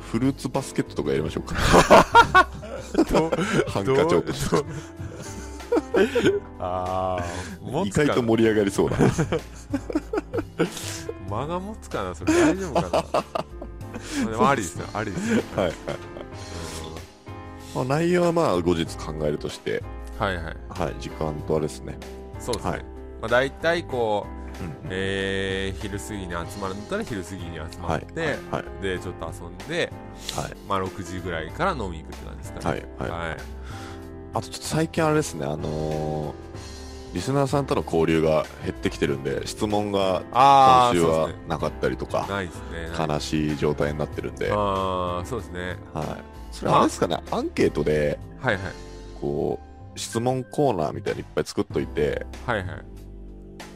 S1: フルーツバスケットとかやりましょ うか。
S2: ど
S1: ハンカチ落とし。
S2: どうどうあー、持
S1: 意
S2: つか
S1: 外
S2: な
S1: と盛り上がりそうだ。
S2: 間が持つかなそれ大 丈夫かなまあでもありですよありですよ
S1: はいはい。まあ、内容はまあ、後日考えるとして、
S2: はいはい
S1: はい、時間とあれですね。
S2: そうですね、
S1: はい
S2: まあ、大体こう、
S1: うんうん
S2: えー、昼過ぎに集まるんだったら昼過ぎに集まって、
S1: はい
S2: でちょっと遊んで、
S1: はい
S2: まあ、6時ぐらいから飲みに行くって感じですか
S1: は
S2: ね
S1: いはい。
S2: はい、
S1: あとちょっと最近あれですね、あのーリスナーさんとの交流が減ってきてるんで、質問が今
S2: ああ
S1: 週
S2: そう
S1: は
S2: ですね
S1: なかったりとか、
S2: ないですねない
S1: 悲しい状態になってるんで、は
S2: ああそうですね
S1: い。それあれですかね、アンケートで、
S2: はいはい
S1: こう、質問コーナーみたいにいっぱい作っといて、
S2: はいはい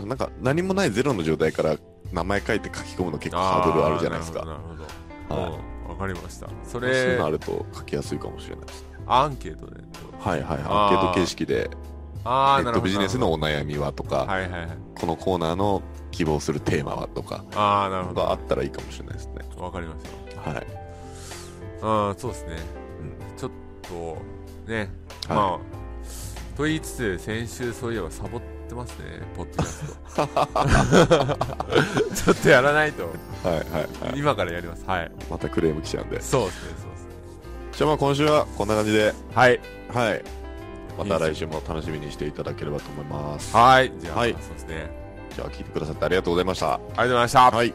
S1: なんか何もないゼロの状態から名前書いて書き込むの結構ハードルあるじゃないです
S2: あー
S1: か。
S2: なるほどなるほど、
S1: はい。
S2: うんわかりました
S1: そ
S2: そ
S1: ういう
S2: れ
S1: のあると書きやすいかもしれないですね。
S2: アンケートで
S1: はいはい。アンケ
S2: あー
S1: ート形式で
S2: あ
S1: ネット
S2: あ、なるほど。
S1: ビジネスのお悩みはとか、
S2: はいはいはい。
S1: このコーナーの希望するテーマはとか
S2: ああ、なるほ
S1: があったらいいかもしれないですね。
S2: ど。わかりました。
S1: はい。
S2: ああ、そうですね。ちょっと、ね、まあ、と言いつつ、先週そういえばサボってますね、ポッドキャス ト。ちょっとやらないと、
S1: はいはいはい。
S2: 今からやります。はい。
S1: またクレーム来ちゃうんで。
S2: そうですね、そうですね。
S1: じゃあまあ今週はこんな感じで、
S2: はい。
S1: はい。また来週も楽しみにしていただければと思います。
S2: はい。じゃあ、
S1: はい
S2: そうですね。
S1: じゃあ聞いてくださってありがとうございました。
S2: ありがとうございました。
S1: はい。